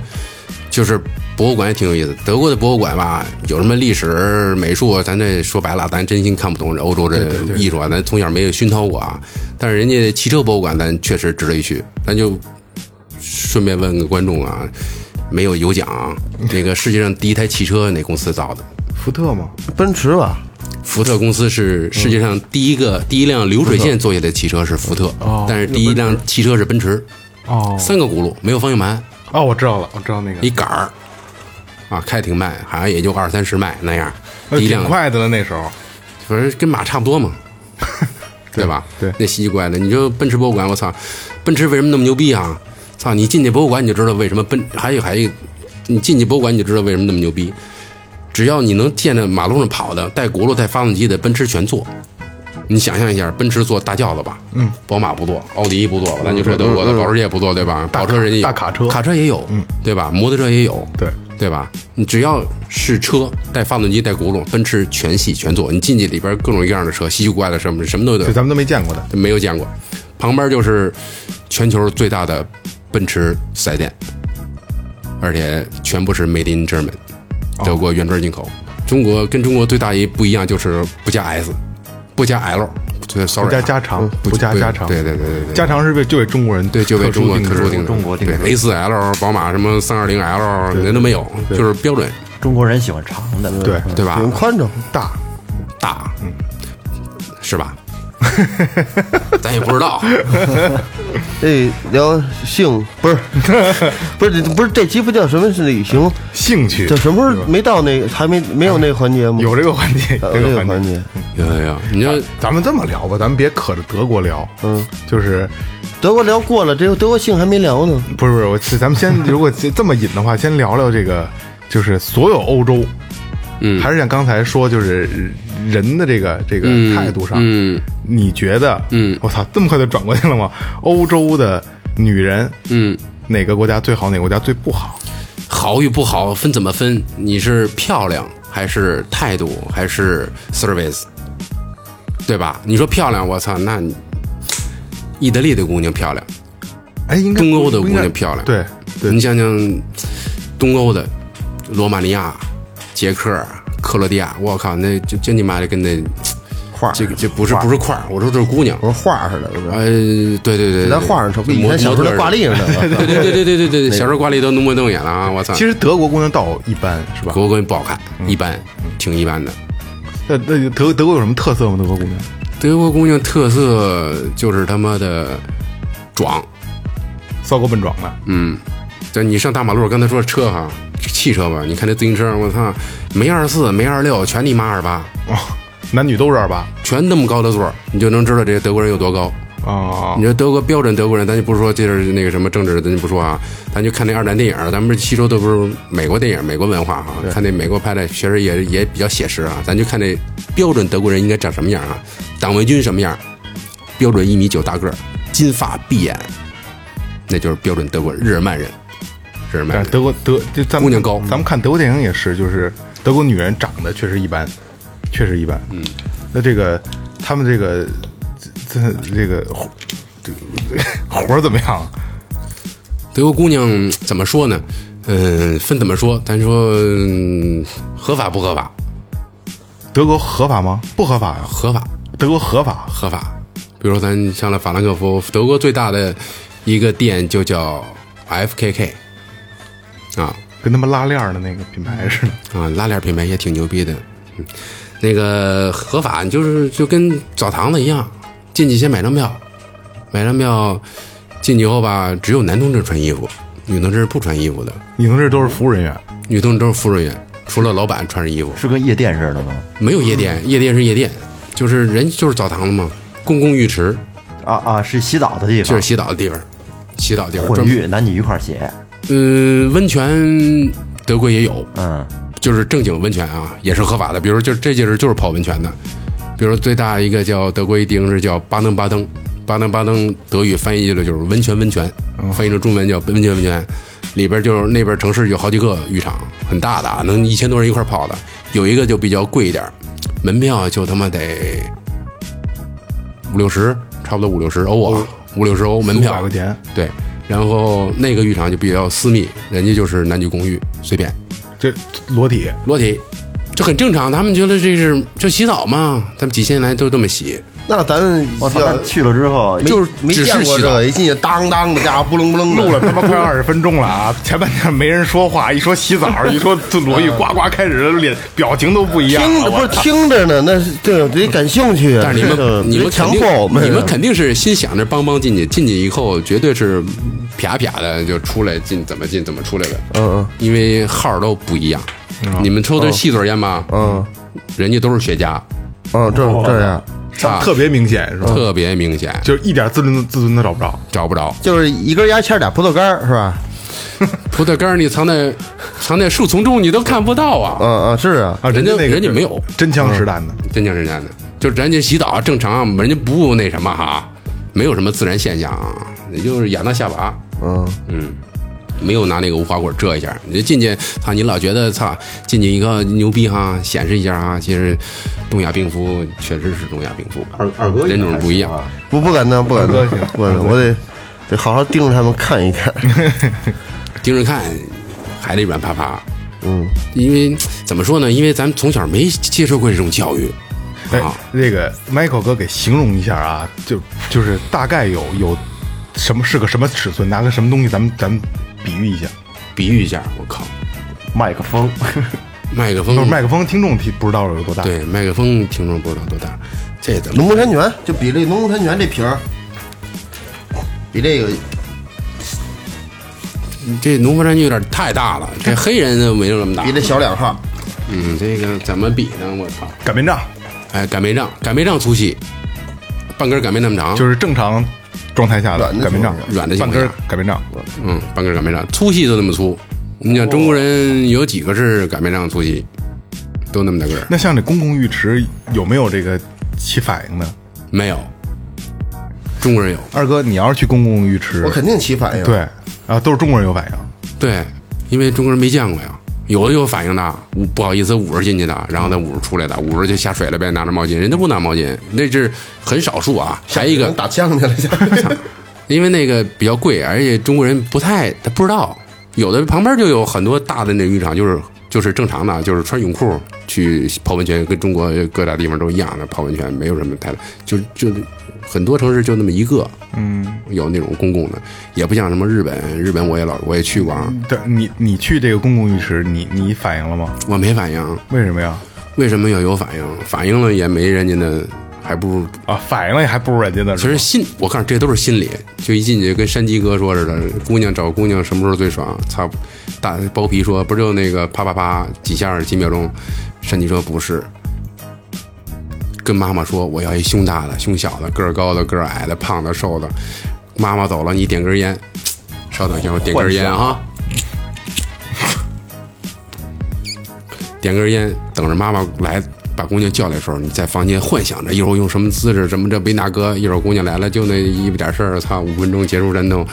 Speaker 8: 就是博物馆也挺有意思。德国的博物馆吧，有什么历史、美术，咱这说白了，咱真心看不懂这欧洲这艺术啊，咱从小没有熏陶过啊。但是人家汽车博物馆，咱确实值得一去。咱就顺便问个观众啊，没有有奖啊，那个世界上第一台汽车哪公司造的？
Speaker 5: 福特吗？
Speaker 6: 奔驰吧，
Speaker 8: 福特公司是世界
Speaker 5: 嗯
Speaker 8: 上第一个、第一辆流水线做下来的汽车是福特，但是第一辆汽车是奔驰，
Speaker 5: 哦
Speaker 8: 三个轱辘没有方向盘，
Speaker 5: 哦，我知道了，我知道那个
Speaker 8: 一，杆儿，啊，开挺慢，好像也就二三十迈那样，
Speaker 5: 呃
Speaker 8: 第一
Speaker 5: 挺
Speaker 8: 辆
Speaker 5: 快的了那时候，
Speaker 8: 反正跟马差不 多嘛，对吧？
Speaker 5: 对
Speaker 8: 那稀奇古怪的，你就奔驰博物馆，我操，奔驰为什么那么牛逼啊？操，你进去博物馆你就知道为什么奔，还有还有，你进去博物馆你就知道为什么那么牛逼。只要你能见着马路上跑的带轱辘带发动机的奔驰全做，你想象一下，奔驰做大轿子吧，嗯，宝马不做，奥迪不
Speaker 5: 嗯
Speaker 8: 做，咱就说德国的保时捷不做，对吧？跑车人家有
Speaker 5: 大卡车
Speaker 8: 卡车也有，嗯，对吧？摩托车也有，
Speaker 5: 对
Speaker 8: 对吧？你只要是车带发动机带轱辘，奔驰全系全做，你进去里边各种各样的车，稀奇古怪的什么什么都有
Speaker 5: 对，，咱们都没见过的，
Speaker 8: 没有见过。旁边就是全球最大的奔驰四 S 店，而且全部是 Made in German，德
Speaker 5: 哦
Speaker 8: 国原装进口。中国跟中国最大一不一样就是不加 S，不加 L，对
Speaker 5: 不
Speaker 8: ，sorry，
Speaker 5: 加
Speaker 8: 啊
Speaker 5: 加长，不加
Speaker 8: 对
Speaker 5: 加长，
Speaker 8: 对对对对对，
Speaker 5: 加长是为就为中国人
Speaker 8: 对，就为中国
Speaker 5: 定
Speaker 8: 特殊定制，
Speaker 5: 制，
Speaker 7: 中国定制
Speaker 8: 对 A 四 L、宝马什么三二零 L 人都没有，就是标准，
Speaker 7: 中国人喜欢长的，
Speaker 5: 对
Speaker 8: 对吧？
Speaker 6: 很嗯宽敞，
Speaker 5: 大，
Speaker 8: 大，
Speaker 6: 嗯
Speaker 8: 是吧？ 咱也不知道，
Speaker 6: 这聊性不 是不是不是这期不叫什么是旅行，
Speaker 5: 兴趣
Speaker 6: 这什么时候没到那个还没没有那个环节吗？
Speaker 5: 有这个环节，这
Speaker 6: 呃这
Speaker 5: 个
Speaker 6: 个
Speaker 5: 环
Speaker 6: 环
Speaker 5: 节。
Speaker 6: 节，
Speaker 8: 有有有，你说
Speaker 5: 咱们这么聊吧，咱们别可着德国聊，嗯，就是
Speaker 6: 德国聊过了，这个德国性还没聊呢。
Speaker 5: 不是不是，我咱们 先如果这这么引的话，先聊聊这个，就是所有欧洲，
Speaker 8: 嗯
Speaker 5: 还是像刚才说，就是人的这个这个
Speaker 8: 嗯
Speaker 5: 态度上，
Speaker 8: 嗯
Speaker 5: 你觉得，
Speaker 8: 嗯
Speaker 5: 我操，这么快就转过去了吗？欧洲的女人
Speaker 8: 嗯，
Speaker 5: 哪个国家最好，哪个国家最不好？
Speaker 8: 好与不好分怎么分？你是漂亮还是态度还是 service，对吧？你说漂亮，我操，那你意大利的姑娘漂亮，
Speaker 5: 哎，应该
Speaker 8: 东欧的
Speaker 5: 不
Speaker 8: 姑
Speaker 5: 应该
Speaker 8: 娘漂亮
Speaker 5: 对对
Speaker 8: 你，想想东欧的罗马尼亚、捷克、克罗地亚，我靠，那就真你妈的跟那
Speaker 6: 画儿，
Speaker 8: 这个这不是不是块儿，我说这是姑娘，
Speaker 6: 我说画儿似的，我说
Speaker 8: 呃，对对对，
Speaker 6: 咱画上成，
Speaker 8: 对
Speaker 6: 以前小时候挂，历上
Speaker 8: 模
Speaker 6: 的。
Speaker 8: 对对对对对对对，小时候挂历都弄不瞪眼了啊！我 操，
Speaker 5: 其实德国姑娘倒一般是吧？
Speaker 8: 国国不好看，一般，挺一般的。
Speaker 5: 那那德德国有什么特色吗？德国姑娘
Speaker 8: 德国姑娘特色就是他妈的壮，
Speaker 5: 骚高笨壮的，
Speaker 8: 嗯，但你上大马路，刚才说车哈，汽车吧，你看那自行车，我操，没二四，没二六，全你妈二八，
Speaker 5: 男女都是二八
Speaker 8: 全那么高的座儿，你就能知道这些德国人有多高。
Speaker 5: 啊
Speaker 8: 你说德国标准德国人，咱就不说这是那个什么政治的，咱就不说啊，咱就看那二战电影，咱们不是吸收的不是美国电影、美国文化哈、看那美国拍的，确实也也比较写实啊。咱就看那标准德国人应该长什么样啊？党卫军什么样？标准一米九大个儿，金发碧眼，那就是标准德国人日耳曼人，日耳
Speaker 5: 但
Speaker 8: 曼人
Speaker 5: 是。德国德就咱们
Speaker 8: 姑娘高
Speaker 5: 咱们看德国电影也是，就是德国女人长得确实一般，确实一般。嗯，那这个他们这个这这个活这个 活儿怎么样？
Speaker 8: 德国姑娘嗯怎么说呢？嗯，分怎么说？咱说、嗯合法不合法？
Speaker 5: 德国合法吗？不合法呀、啊
Speaker 8: 合法，
Speaker 5: 德国合法
Speaker 8: 合法。比如说，咱像了法兰克福，德国最大的一个店就叫 FKK 啊
Speaker 5: 跟他们拉链儿的那个品牌似的。
Speaker 8: 啊，拉链品牌也挺牛逼的。嗯，那个合法就是就跟澡堂子一样，进去先买张票，买张票进去以后吧，只有男同志穿衣服，女同志是不穿衣服的，
Speaker 5: 你同事都是服务人员，
Speaker 8: 女同志都是服务人员，除了老板穿着衣服。
Speaker 7: 是跟夜店似的吗？
Speaker 8: 没有夜
Speaker 7: 嗯
Speaker 8: 店，夜店是夜店，就是人就是澡堂子嘛，公共浴池
Speaker 7: 啊啊，是洗澡的地
Speaker 8: 就
Speaker 7: 方
Speaker 8: 是，洗澡的地方，洗澡地方
Speaker 7: 混
Speaker 8: 专门。
Speaker 7: 浴，男女一块儿洗。
Speaker 8: 嗯，温泉德国也有，
Speaker 7: 嗯，
Speaker 8: 就是正经温泉啊，也是合法的。比如就这届是就是泡温泉的，比如最大一个叫德国一丁是叫巴登巴登，巴登巴登德语翻译了就是温泉温泉，
Speaker 5: 哦
Speaker 8: 翻译成中文叫温泉温泉。里边就是那边城市有好几个浴场，很大的，啊，能一千多人一块泡的。有一个就比较贵一点，门票就他妈得五六十，差不多五六十欧啊，五六十欧门
Speaker 5: 500
Speaker 8: 票
Speaker 5: 哦块，钱，
Speaker 8: 对，然后那个浴场就比较私密，人家就是男女公寓，随便
Speaker 5: 这裸体
Speaker 8: 裸体，这很正常。他们觉得这是就洗澡嘛，他们几千年来都这么洗。
Speaker 6: 那咱
Speaker 7: 我操，那
Speaker 6: 要
Speaker 7: 哦去了之后
Speaker 6: 没
Speaker 8: 就是
Speaker 6: 没
Speaker 8: 只是
Speaker 6: 见过
Speaker 8: 洗
Speaker 6: 这
Speaker 8: 澡
Speaker 6: 个，一进去当当的家伙，不楞不楞
Speaker 5: 录
Speaker 6: 的
Speaker 5: 了他妈快二十分钟了啊！前半天没人说话，一说洗澡，一说裸浴，呱呱开始脸表情都不一样
Speaker 6: 听
Speaker 5: 了。
Speaker 6: 着不
Speaker 5: 我
Speaker 6: 是听着呢，那是对得感兴趣啊。
Speaker 8: 啊但是你
Speaker 6: 这
Speaker 8: 们、
Speaker 6: 个
Speaker 8: 你们
Speaker 6: 得
Speaker 8: 肯
Speaker 6: 强
Speaker 8: 定
Speaker 6: 迫我们啊，
Speaker 8: 你们肯定是心想着帮帮进去，进去以后绝对是啪啪的就出来进怎么进怎么出来的，
Speaker 6: 嗯嗯
Speaker 8: 因为号儿都不一样。你们抽的是细嘴烟吧？
Speaker 6: 嗯
Speaker 8: 人家都是雪茄，
Speaker 6: 嗯，这这
Speaker 7: 哦
Speaker 6: 样
Speaker 8: 啊，
Speaker 5: 特别明显是吧？
Speaker 8: 特别明显，
Speaker 5: 就是一点自尊自尊都找不着。
Speaker 8: 找不着。
Speaker 6: 就是一根牙签儿俩葡萄干儿是吧？
Speaker 8: 葡萄干儿你藏在藏在树丛中，你都看不到啊。
Speaker 6: 嗯嗯是啊，
Speaker 5: 啊，
Speaker 8: 人
Speaker 5: 家
Speaker 8: 家
Speaker 5: 那个
Speaker 8: 人家没有嗯
Speaker 5: 真枪实弹的，
Speaker 8: 真枪实弹的，就人家洗澡正常，人家不那什么哈，没有什么自然现象，啊，也就是痒到下巴，
Speaker 6: 嗯，
Speaker 8: 嗯，没有拿那个无花果遮一下。你就进去，操，你老觉得操进去一个牛逼哈，显示一下哈，其实东亚病夫确实是东亚病夫，二二哥人种不一样，
Speaker 6: 不不敢当，不敢
Speaker 5: 二
Speaker 6: 当
Speaker 5: 哥行，
Speaker 6: 不敢当，我得得好好盯着他们看 一看。
Speaker 8: 盯着看还得软趴趴，
Speaker 6: 嗯，
Speaker 8: 因为怎么说呢？因为咱们从小没接受过这种教育
Speaker 5: 哎
Speaker 8: 啊，，
Speaker 5: 那个 Michael 哥给形容一下啊，就就是大概有有什么是个什么尺寸，拿个什么东西，咱们咱们比喻一下。
Speaker 8: 比喻一下，我靠，
Speaker 7: 麦克风，
Speaker 8: 麦克
Speaker 5: 不是
Speaker 8: 风，
Speaker 5: 麦克风，听众听不知道有多大。，
Speaker 8: 对麦克风，听众不知道多大，这怎么？
Speaker 6: 农夫山泉就比这农夫山泉这瓶儿，比这个
Speaker 8: 这农夫山泉有点太大了，这黑人的没有那么大
Speaker 6: 比。这小两号，
Speaker 8: 嗯，这个怎么比呢？我操！
Speaker 5: 擀面杖
Speaker 8: 哎，擀面杖，擀面杖粗细，半根擀面那么长，
Speaker 5: 就是是正常状态下的
Speaker 6: 软的
Speaker 5: 擀面杖，
Speaker 8: 软的情
Speaker 5: 半
Speaker 8: 况
Speaker 5: 根
Speaker 8: 下，
Speaker 5: 擀面杖。
Speaker 8: 嗯，半根擀面杖粗细都那么粗。你想中国人有几个是擀面杖粗细，都那么大个儿？
Speaker 5: 那像这公共浴池有没有这个起反应呢？
Speaker 8: 没有，中国人有。
Speaker 5: 二哥，你要是去公共浴池，
Speaker 6: 我肯定起反应。
Speaker 5: 对啊，都是中国人有反应。
Speaker 8: 对，因为中国人没见过呀，有的有反应的，五不好意思，五十进去的，然后再五十出来的，五十就下水了呗，拿着毛巾，人家不拿毛巾，那是很少数啊。还一个
Speaker 6: 打枪去了，下
Speaker 8: 因为那个比较贵，而且中国人不太他不知道，有的旁边就有很多大的那浴场，就是就是正常的，就是穿泳裤去泡温泉，跟中国各大地方都一样的泡温泉，没有什么太大，就就很多城市就那么一个，嗯，有那种公共的，也不像什么日本，日本我也老我也去过，啊，
Speaker 5: 对你你去这个公共浴池，你你反应了吗？
Speaker 8: 我没反应，
Speaker 5: 为什么呀？
Speaker 8: 为什么要有反应？反应了也没人家的，还不如
Speaker 5: 啊，反应了也还不如人家呢。
Speaker 8: 其实心，我告诉你，这都是心理。就一进去跟山鸡哥说似的，姑娘找姑娘什么时候最爽？操，大包皮说不就那个啪啪啪几下几秒钟？山鸡说不是，跟妈妈说我要一胸大的、胸小的、个儿高的、个儿矮的、胖的、瘦的。妈妈走了，你点根烟，稍等一下，我点根烟啊。点根烟，等着妈妈来把姑娘叫来的时候，你在房间幻想着一会儿用什么姿势，什么这维纳哥，一会儿姑娘来了就那一点事儿，操，五分钟结束战斗，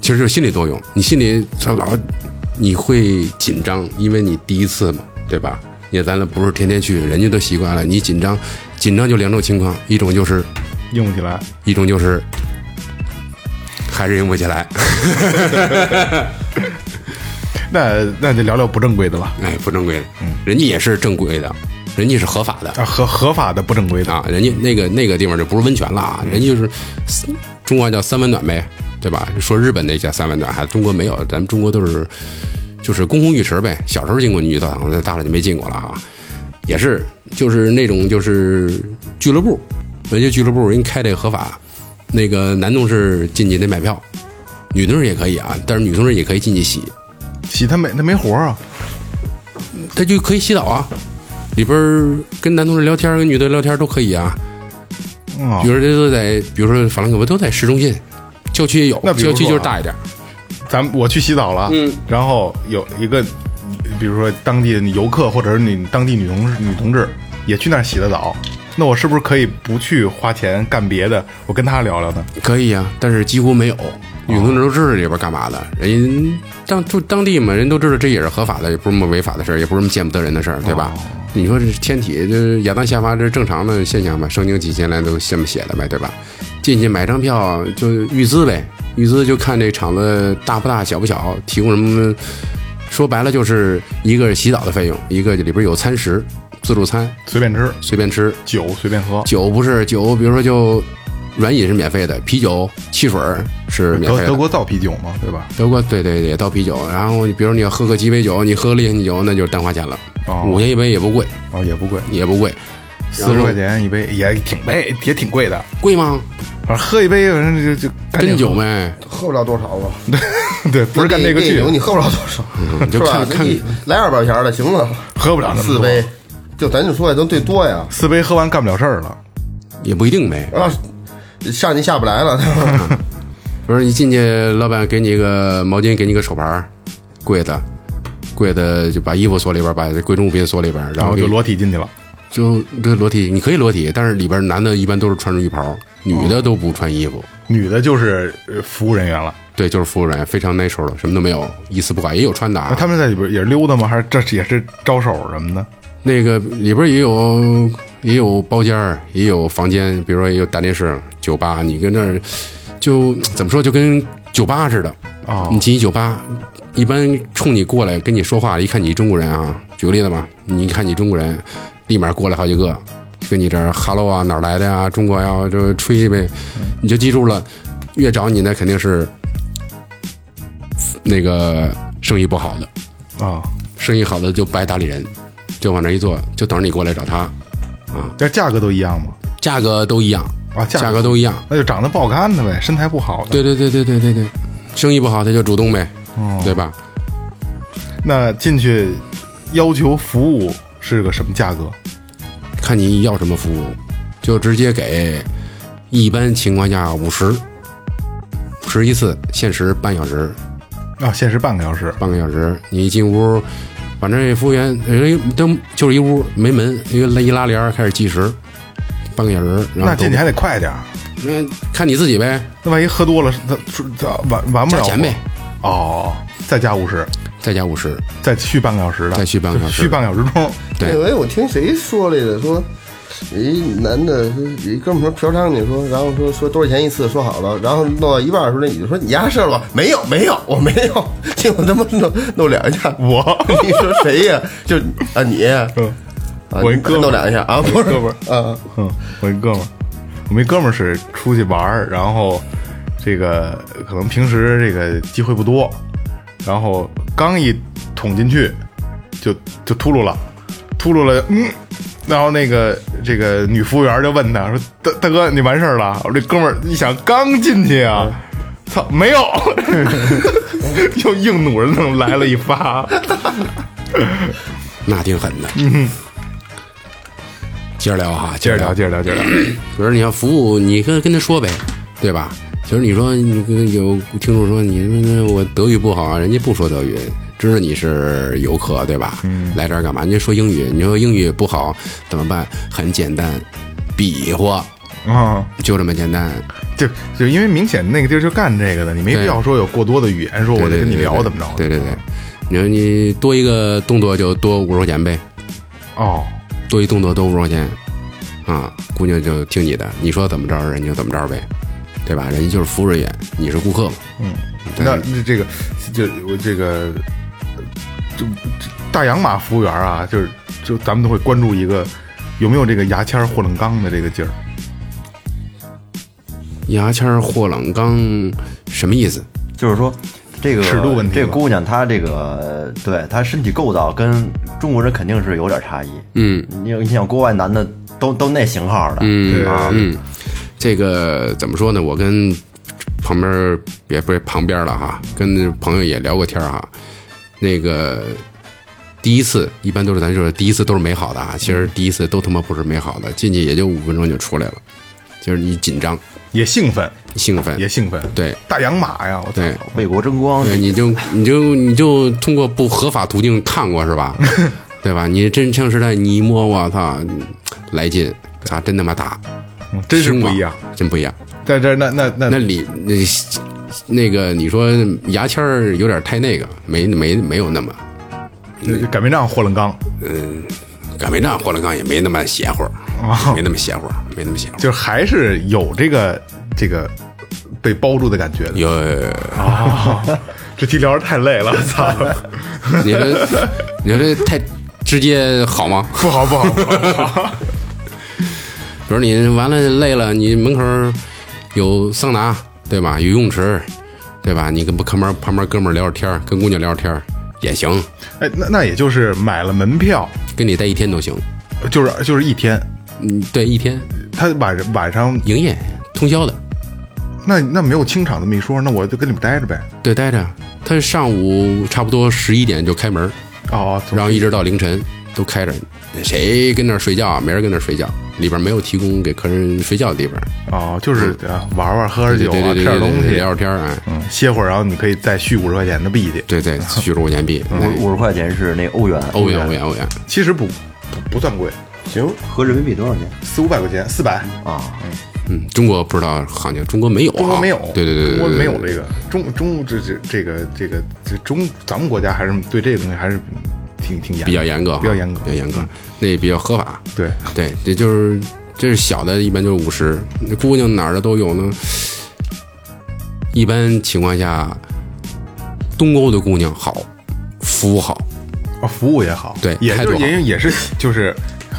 Speaker 8: 其实就是心理作用。你心里操老，你会紧张，因为你第一次嘛，对吧？也咱不是天天去，人家都习惯了，你紧张，紧张就两种情况，一种就是，
Speaker 5: 用不起来，
Speaker 8: 一种就是还是用不起来，
Speaker 5: 那那就聊聊不正规的吧，
Speaker 8: 哎，不正规的，人家也是正规的，人家是合法的，
Speaker 5: 啊，合合法的不正规的，
Speaker 8: 啊，人家那个那个地方就不是温泉了啊，人家就是中国叫三温暖呗，对吧？说日本那叫三温暖，还中国没有，咱们中国都是就是公共浴池呗。小时候进过女澡堂，大了就没进过了啊。也是就是那种就是俱乐部，人家俱乐部人家开这个合法，那个男同事进去得买票，女同事也可以啊，但是女同事也可以进去洗，
Speaker 5: 洗他没他没活儿啊，
Speaker 8: 他就可以洗澡啊。里边儿跟男同事聊天儿，跟女的聊天儿都可以啊。
Speaker 5: 啊
Speaker 8: 比，如说这都在，比如说法兰克福都在市中心，郊区也有
Speaker 5: 那，比如
Speaker 8: 郊
Speaker 5: 说
Speaker 8: 区就是大一点。
Speaker 5: 咱们我去洗澡了，嗯，然后有一个，比如说当地的游客或者是你当地女同事女同志也去那儿洗的澡，那我是不是可以不去花钱干别的，我跟他聊聊呢？
Speaker 8: 可以啊，但是几乎没有。女同志都知道这里边干嘛的，人嗯当就当地嘛，人都知道这也是合法的，也不是什么违法的事儿，也不是什么见不得人的事儿，对吧？你说这是天体，这亚当夏娃这是正常的现象吧？圣经几千来都嗯这么写的呗，对吧？进去买张票就预资呗，预资就看这场子大不大、小不小，提供什么。说白了就是一个是洗澡的费用，一个里边有餐食，自助餐
Speaker 5: 随便吃，
Speaker 8: 随便吃，
Speaker 5: 酒随便喝，
Speaker 8: 酒不是酒，比如说就软饮是免费的，啤酒、汽水儿是免
Speaker 5: 德
Speaker 8: 费的。
Speaker 5: 德国造啤酒嘛，对吧？
Speaker 8: 德国对对也倒啤酒，然后你比如你要喝个鸡尾酒，你喝烈性酒那就是单花钱了，
Speaker 5: 哦
Speaker 8: 五块钱一杯也不贵，
Speaker 5: 哦，也不贵，
Speaker 8: 也不贵，
Speaker 5: 四十块钱一杯也挺贵，也挺贵的。
Speaker 8: 贵吗？
Speaker 5: 反正喝一杯，反正就就赶紧
Speaker 8: 真
Speaker 5: 喝
Speaker 8: 酒，呗，
Speaker 6: 喝不了多少吧？
Speaker 5: 对，不是干这个嗯
Speaker 6: 电
Speaker 5: 去
Speaker 6: 影，你喝不了多少，
Speaker 8: 你嗯就是
Speaker 6: 吧
Speaker 8: 看？看
Speaker 6: 你来二百钱的行了，
Speaker 5: 喝不了那么多
Speaker 6: 四杯，就咱就说也能最多呀。
Speaker 5: 四杯喝完干不了事儿了。
Speaker 8: 也不一定呗。
Speaker 6: 啊，上你下不来了，对吧
Speaker 8: 比如说你进去，老板给你一个毛巾，给你个手牌儿，贵的，贵的就把衣服锁里边儿，把贵重物品锁里边儿，然
Speaker 5: 然
Speaker 8: 后
Speaker 5: 后
Speaker 8: 给
Speaker 5: 就裸体进去了。
Speaker 8: 就这裸体，你可以裸体，但是里边儿男的一般都是穿着浴袍，女的都不穿衣服。
Speaker 5: 女的就是呃服务人员了，
Speaker 8: 对，就是服务人员，非常 natural 的，什么都没有，一丝不挂，也有穿啊搭。
Speaker 5: 那他们在里边也是溜达吗？还是这也是招手什么的？
Speaker 8: 那个里边也有也有包间儿，也有房间，比如说也有大电视、酒吧，你跟那儿就怎么说，就跟酒吧似的。
Speaker 5: 哦
Speaker 8: 你进一酒吧，一般冲你过来跟你说话，一看你中国人啊，举个例子吧，你一看你中国人，立马过来好几个，跟你这儿 hello 啊，哪儿来的呀、中国呀、就吹呗，你就记住了，越找你那肯定是呃那个生意不好的。
Speaker 5: 啊，
Speaker 8: 生意好的就不爱搭理人，就往那一坐，就等着你过来找他。
Speaker 5: 这价格都一样吗？
Speaker 8: 价格都一样
Speaker 5: 啊价格
Speaker 8: 格都一样。
Speaker 5: 那就长得不好看的呗，身材不好的。
Speaker 8: 对对对对对对对，生意不好他就主动呗，对吧？
Speaker 5: 那进去要求服务是个什么价格？
Speaker 8: 看你要什么服务，就直接给。一般情况下五十，五十一次，限时半小时，
Speaker 5: 啊，限时半个小时。
Speaker 8: 半个小时。你一进屋，反正服务员人都就是一屋没门，一个一拉帘儿开始计时，半个小时。然后
Speaker 5: 那进去还得快点儿，
Speaker 8: 那看你自己呗，
Speaker 5: 那万一喝多了，他他他完完不
Speaker 8: 加
Speaker 5: 了
Speaker 8: 钱呗，
Speaker 5: 活。哦，再加五十，
Speaker 8: 再加五十。
Speaker 5: 再续半个小时的，
Speaker 8: 再续半个小时
Speaker 6: 哎
Speaker 5: 续半个小时钟。
Speaker 8: 对
Speaker 6: 那回我听谁说来着？说一男的说，一哥们儿说嫖娼，你说，然后说说多少钱一次，说好了，然后弄到一半的时候，那女的说你丫事儿了吧？没有没有，我没有， 结果他妈弄弄两下，
Speaker 5: 我
Speaker 6: 你说谁呀？就啊你，
Speaker 5: 嗯
Speaker 6: 啊
Speaker 5: 我一哥们儿
Speaker 6: 弄两下啊，
Speaker 5: 我一
Speaker 6: 不是
Speaker 5: 哥们
Speaker 6: 啊，
Speaker 5: 嗯，我一哥们儿，我们一哥们儿是出去玩儿，然后这个可能平时这个机会不多，然后刚一捅进去就就秃噜了，秃噜了，嗯，然后那个这个女服务员就问他说：“大大哥，你完事儿了？”我这哥们儿一想，刚进去啊。操，没有， 又硬弩着弄来了一发，
Speaker 8: 那挺狠的。接着聊哈，
Speaker 5: 嗯接
Speaker 8: 接
Speaker 5: 着聊，接着聊， 接着聊。
Speaker 8: 比如你要服务，你跟跟他说呗，对吧？其实你说你跟有听众说你那我德语不好啊，人家不说德语，知道你是游客对吧？
Speaker 5: 嗯
Speaker 8: 来这儿干嘛？人家说英语，你说英语不好怎么办？很简单，比划，
Speaker 5: 啊、
Speaker 8: 就这么简单。
Speaker 5: 就就因为明显那个地儿就干这个的，你没必
Speaker 8: 对
Speaker 5: 要说有过多的语言，说我得跟你聊怎么着的。
Speaker 8: 对对对，你说你多一个动作就多五十块钱呗，
Speaker 5: 哦，
Speaker 8: 多一动作多五十块钱，啊，姑娘就听你的，你说怎么着人就怎么着呗，对吧？人家就是服务人员，你是顾客嘛。
Speaker 5: 嗯那那这个就我这个就这大洋马服务员啊，就是就咱们都会关注一个有没有这个牙签儿豁楞缸的这个劲儿。
Speaker 8: 牙签儿豁冷缸什么意思？
Speaker 7: 就是说这个
Speaker 5: 尺度问题吧
Speaker 7: 这个姑娘她这个对她身体构造跟中国人肯定是有点差异。
Speaker 8: 嗯
Speaker 7: 你你想国外男的都都那型号的，
Speaker 8: 嗯
Speaker 7: 啊，
Speaker 8: 嗯，这个怎么说呢？我跟旁边儿也不是旁边儿了哈，跟朋友也聊过天儿哈。那个第一次一般都是咱就是第一次都是美好的啊，其实第一次都他妈不是美好的，进去也就五分钟就出来了，就是你紧张、
Speaker 5: 也兴奋，
Speaker 8: 兴奋，
Speaker 5: 也兴奋。
Speaker 8: 对
Speaker 5: 大洋马呀，我操！
Speaker 8: 对。
Speaker 7: 为国争光，
Speaker 5: 嗯
Speaker 8: 对，你就你就你就通过不合法途径看过 是吧？对吧？你真枪实弹，你一摸，我操，来劲，咋真他妈打，
Speaker 5: 嗯真是
Speaker 8: 凶
Speaker 5: 不
Speaker 8: 猛
Speaker 5: 一样。，嗯
Speaker 8: 真不一样。
Speaker 5: 在这儿那那那
Speaker 8: 那里那那个你说牙签儿有点太那个，没没没有那么
Speaker 5: 那擀面杖豁楞缸，
Speaker 8: 擀面杖豁楞缸也没那么邪乎儿，
Speaker 5: 哦
Speaker 8: 没那么邪乎儿，没那么邪乎儿。
Speaker 5: 就是还是有这个这个被包住的感觉的。
Speaker 8: 有，
Speaker 5: 这题聊着太累了， 操！
Speaker 8: 你说你说这太直接好吗？
Speaker 5: 不好不好不好。不好
Speaker 8: 比如你完了累了，你门口有桑拿对吧？有游泳池对吧？你跟旁边旁边哥们儿聊聊天儿，跟姑娘聊聊天儿也行，
Speaker 5: 哎，那那也就是买了门票，
Speaker 8: 跟你待一天都行。
Speaker 5: 就是就是一天，
Speaker 8: 嗯，对，一天
Speaker 5: 他晚上晚上
Speaker 8: 营业通宵的，
Speaker 5: 那那没有清场这么一说，那我就跟你们待着呗。
Speaker 8: 对，待着。他上午差不多十一点就开门儿，
Speaker 5: 哦，从
Speaker 8: 然后一直到凌晨都开着，谁跟那儿睡觉啊？没人跟那儿睡觉，里边没有提供给客人睡觉的地方。
Speaker 5: 哦，就是啊玩玩喝喝
Speaker 8: 嗯对
Speaker 5: 酒
Speaker 8: 对
Speaker 5: 啊，吃
Speaker 8: 对对
Speaker 5: 点
Speaker 8: 对
Speaker 5: 东
Speaker 8: 对，聊
Speaker 5: 西，
Speaker 8: 聊天儿哎，
Speaker 5: 嗯，歇会儿，然后你可以再续五十块钱的币去。
Speaker 8: 对对，虚入五钱币，
Speaker 5: 嗯
Speaker 8: 那
Speaker 7: 五五十块钱是那欧元，
Speaker 8: 哎
Speaker 5: 哦
Speaker 8: 欧元欧元欧元，
Speaker 5: 其实不不不算贵，
Speaker 6: 行，
Speaker 7: 合人民币多少钱
Speaker 5: 四五百块钱，四百。
Speaker 7: 啊？
Speaker 8: 嗯，中国不知道行情，中国没有啊，
Speaker 5: 中国没有，
Speaker 8: 对对对
Speaker 5: 中
Speaker 8: 对，对
Speaker 5: 国没有
Speaker 8: 对
Speaker 5: 这个，中中这这这个这个这中咱们国家还是对这个东西还是挺挺严，
Speaker 8: 比较严格哈，
Speaker 5: 比较严格嗯
Speaker 8: 比较严格，那比较合法。
Speaker 5: 对，
Speaker 8: 对，这就是这是小的，一般就是五十，那姑娘哪儿的都有呢。一般情况下，东欧的姑娘好，服务好，
Speaker 5: 哦，服务也好，
Speaker 8: 对
Speaker 5: 也
Speaker 8: 态
Speaker 5: 就
Speaker 8: 度好
Speaker 5: 因为也是就是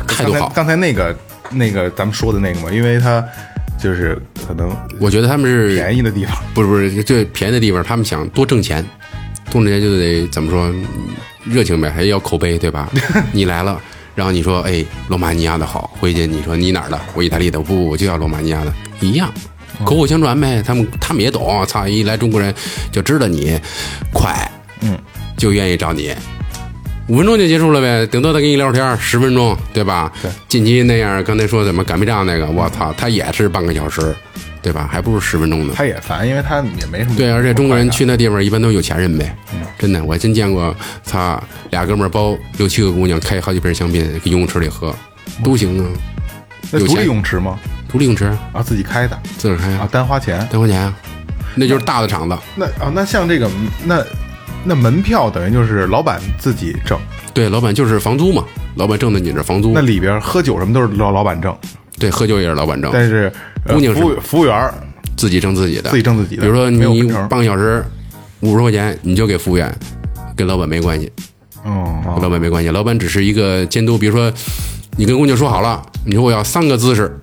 Speaker 8: 态度
Speaker 5: 刚才
Speaker 8: 好
Speaker 5: 刚才那个那个咱们说的那个嘛，因为他就是可能
Speaker 8: 我觉得他们是
Speaker 5: 便宜的地方，
Speaker 8: 不是不是，这便宜的地方，他们想多挣钱，多挣钱就得怎么说，热情呗，还要口碑，对吧？你来了，然后你说，哎，罗马尼亚的好，回去你说你哪儿的？我意大利的，不，我就要罗马尼亚的，一样。口口相传呗，他们他们也懂，啊操！一来中国人就知道你快，
Speaker 5: 嗯，
Speaker 8: 就愿意找你，五分钟就结束了呗，顶多他跟你聊天儿十分钟，对吧？对，近期那样，刚才说怎么擀面杖那个，我操，他也是半个小时，对吧？还不如十分钟呢。
Speaker 5: 他也烦，因为他也没什么。
Speaker 8: 对，而且中国人去那地方一般都有钱人呗，
Speaker 5: 嗯
Speaker 8: 真的，我还真见过，他俩哥们儿包六七个姑娘，开好几瓶香槟，给游泳池里喝，都行啊，
Speaker 5: 那
Speaker 8: 有
Speaker 5: 独立
Speaker 8: 钱
Speaker 5: 泳池吗？
Speaker 8: 独立泳池
Speaker 5: 啊，自己开的
Speaker 8: 自个儿开
Speaker 5: 啊，
Speaker 8: 啊，
Speaker 5: 单花钱。
Speaker 8: 单块钱啊，那就是大的厂子，
Speaker 5: 那啊，那像这个那那门票等于就是老板自己挣
Speaker 8: 对，老板就是房租嘛，老板挣的你这房租
Speaker 5: 那，里边喝酒什么都是老老板挣，
Speaker 8: 对，喝酒也是老板挣，
Speaker 5: 但是、呃
Speaker 8: 哦姑娘是
Speaker 5: 服务服务员儿
Speaker 8: 自己挣自己的，
Speaker 5: 自己挣自己的
Speaker 8: 比如说
Speaker 5: 没有
Speaker 8: 你
Speaker 5: 分成
Speaker 8: 半个小时五十块钱，你就给服务员，跟老板没关系，
Speaker 5: 哦，
Speaker 8: 跟老板没关系，老板只是一个监督。比如说，你跟姑娘说好了，你说我要三个姿势，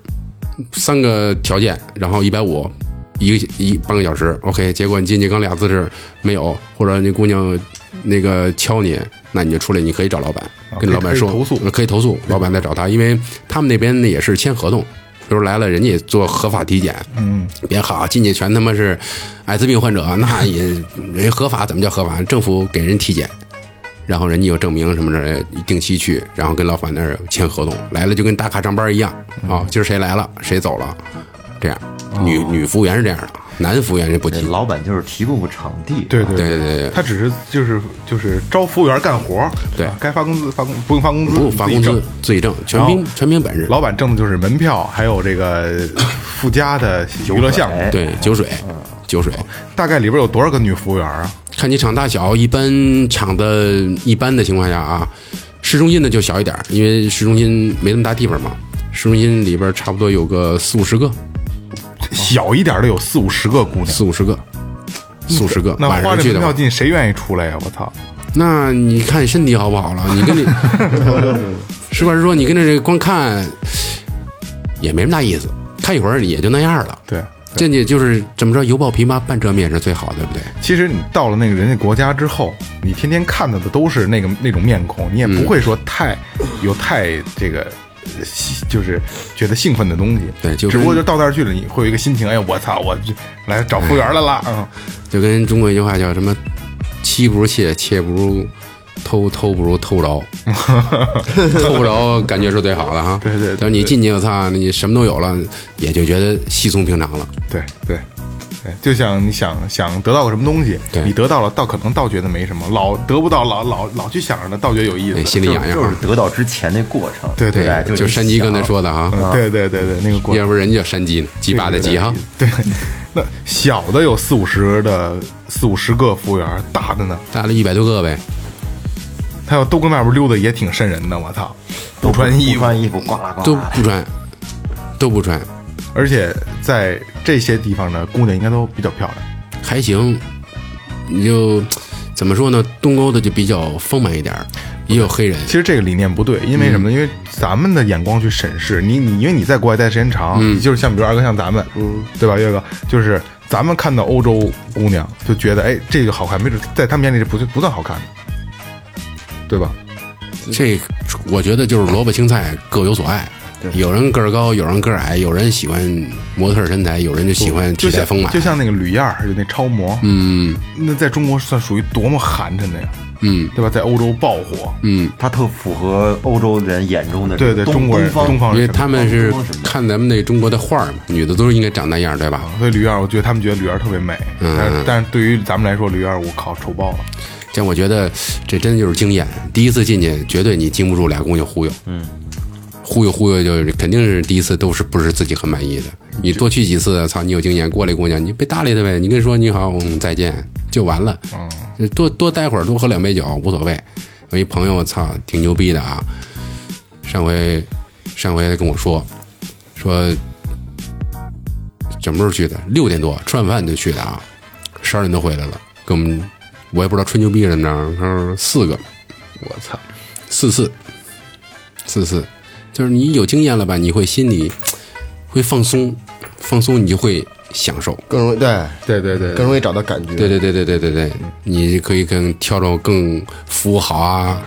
Speaker 8: 三个条件，然后一百五，一个一半个小时，OK。结果你进去刚俩姿势没有，或者那姑娘那个敲你，那你就出来，你可以找老板
Speaker 5: 啊
Speaker 8: 跟老板说，呃
Speaker 5: 可以投诉
Speaker 8: 可以投诉，老板再找他，因为他们那边也是签合同。比如来了，人家也做合法体检，嗯，别好进去全他妈是艾滋病患者，那也人家合法怎么叫合法？政府给人体检，然后人家有证明什么之类的，定期去，然后跟老板那儿签合同，来了就跟打卡上班一样啊，今儿谁来了，谁走了，这样。
Speaker 5: 哦
Speaker 8: 女女服务员是这样的，男服务员是不
Speaker 7: 那
Speaker 8: 提。
Speaker 7: 老板就是提供个场地，
Speaker 5: 对对
Speaker 8: 对对对对，
Speaker 5: 他只是就是就是招服务员干活儿，
Speaker 8: 对
Speaker 5: 啊该发工资发工不用发工资，
Speaker 8: 不用发
Speaker 5: 自己
Speaker 8: 工资
Speaker 5: 挣，
Speaker 8: 自己挣，全凭
Speaker 5: 然后
Speaker 8: 全凭本事。
Speaker 5: 老板挣的就是门票，还有这个附加的娱乐项目。
Speaker 8: 对酒水，酒水，
Speaker 5: 大概里边有多少个女服务员啊？
Speaker 8: 看你厂大小，一般厂的一般的情况下啊，市中心的就小一点儿，因为市中心没那么大地方嘛。市中心里边差不多有个四五十个，
Speaker 5: 小一点的有四五十个姑娘，
Speaker 8: 四五十个，四五十个。
Speaker 5: 那
Speaker 8: 晚
Speaker 5: 花
Speaker 8: 上
Speaker 5: 这
Speaker 8: 去
Speaker 5: 门
Speaker 8: 的
Speaker 5: 票
Speaker 8: 话，
Speaker 5: 进，谁愿意出来呀？我操！
Speaker 8: 那你看身体好不好了？你 跟你，实话实说，你跟着这光看也没什么大意思，看一会儿也就那样了。
Speaker 5: 对，
Speaker 8: 这也就是怎么着，油爆皮妈半遮面是最好，对不对？
Speaker 5: 其实你到了那个人家国家之后，你天天看到的都是那个那种面孔，你也不会说太、有太这个。呃喜就是觉得兴奋的东西，
Speaker 8: 对就
Speaker 5: 只
Speaker 8: 跟
Speaker 5: 不过就到那儿去了，你会有一个心情，哎呀，我操，我就来找服务员来了，嗯，
Speaker 8: 就跟中国一句话叫什么“妻不如妾，妾不如偷，偷不如 偷着”，偷不着感觉是最好的哈。
Speaker 5: 对对对
Speaker 8: 但是你进去，我操，你什么都有了，也就觉得稀松平常了。
Speaker 5: 对对对，就像你想想得到个什么东西，
Speaker 8: 对
Speaker 5: 你得到了，倒可能倒觉得没什么，老得不到，老老老去想着呢，倒觉得有意
Speaker 8: 对，
Speaker 5: 思。
Speaker 8: 哎心里
Speaker 7: 就
Speaker 8: 痒
Speaker 7: 是
Speaker 8: 痒。
Speaker 7: 就是得到之前那过程，
Speaker 5: 对对
Speaker 7: 对，
Speaker 8: 就山鸡刚才说的哈，
Speaker 5: 嗯对对对对，那个过
Speaker 8: 要不人家叫山鸡呢，鸡巴的鸡哈。
Speaker 5: 对，那小的有四五十的四五十个服务员，大的呢，
Speaker 8: 大了一百多个呗，
Speaker 5: 他要都跟外边溜达也挺瘆人的，我操，不穿衣
Speaker 7: 不
Speaker 5: 服，
Speaker 7: 穿衣服，呱啊啦呱
Speaker 8: 都
Speaker 7: 啦
Speaker 8: 不穿，都不穿，
Speaker 5: 而且在这些地方呢，姑娘应该都比较漂亮。
Speaker 8: 还行。你就怎么说呢？东欧的就比较丰满一点儿，也有黑人。
Speaker 5: 其实这个理念不对，因为
Speaker 8: 嗯
Speaker 5: 什么呢？因为咱们的眼光去审视你，你因为你在国外待时间长，
Speaker 8: 嗯
Speaker 5: 你就是像比如二哥像咱们，对吧？岳哥就是咱们看到欧洲姑娘就觉得，哎，这个好看，没准在他们眼里这不不算好看的，对吧？
Speaker 8: 这我觉得就是萝卜青菜各有所爱，有人个儿高，有人个儿矮，有人喜欢模特身材，有人就喜欢
Speaker 5: 就
Speaker 8: 体态
Speaker 5: 像
Speaker 8: 丰满
Speaker 5: 就。像那个吕燕儿，就那超模，
Speaker 8: 嗯
Speaker 5: 那在中国算属于多么寒碜的呀，
Speaker 8: 嗯
Speaker 5: 对吧？在欧洲爆火，
Speaker 8: 嗯，
Speaker 7: 他特符合欧洲人眼中的
Speaker 5: 对对，
Speaker 7: 东
Speaker 5: 中国人
Speaker 7: 东
Speaker 5: 东
Speaker 7: 方
Speaker 5: 方
Speaker 8: 因
Speaker 5: 人
Speaker 8: 为
Speaker 5: 什么，
Speaker 8: 他们是看咱们那中国的画儿嘛，女的都是应该长那样，对吧？
Speaker 5: 所以吕燕儿，我觉得他们觉得吕燕儿特别美，
Speaker 8: 嗯
Speaker 5: 但是但是对于咱们来说，吕燕儿我靠丑爆了，
Speaker 8: 但我觉得这真的就是经验，第一次进去绝对你经不住俩姑娘忽悠，嗯，忽悠忽悠就是肯定是第一次都是不是自己很满意的，你多去几次，操，你有经验，过来姑娘你别搭理她呗，你跟她说你好，嗯，再见就完了，嗯，多多待会儿，多喝两杯酒无所谓。我一朋友，我操，挺牛逼的啊，上回上回他跟我说说什么时候去的？六点多吃完饭就去的啊，十二点多回来了。跟我们我也不知道吹牛逼着呢，他说四个，我操，四次，四次，就是你有经验了吧，你会心里会放松，放松你就会享受。
Speaker 6: 更容易对，
Speaker 5: 对对对
Speaker 6: 更容易找到感觉。
Speaker 8: 对对对对对对对，你可以更挑着更服务好啊，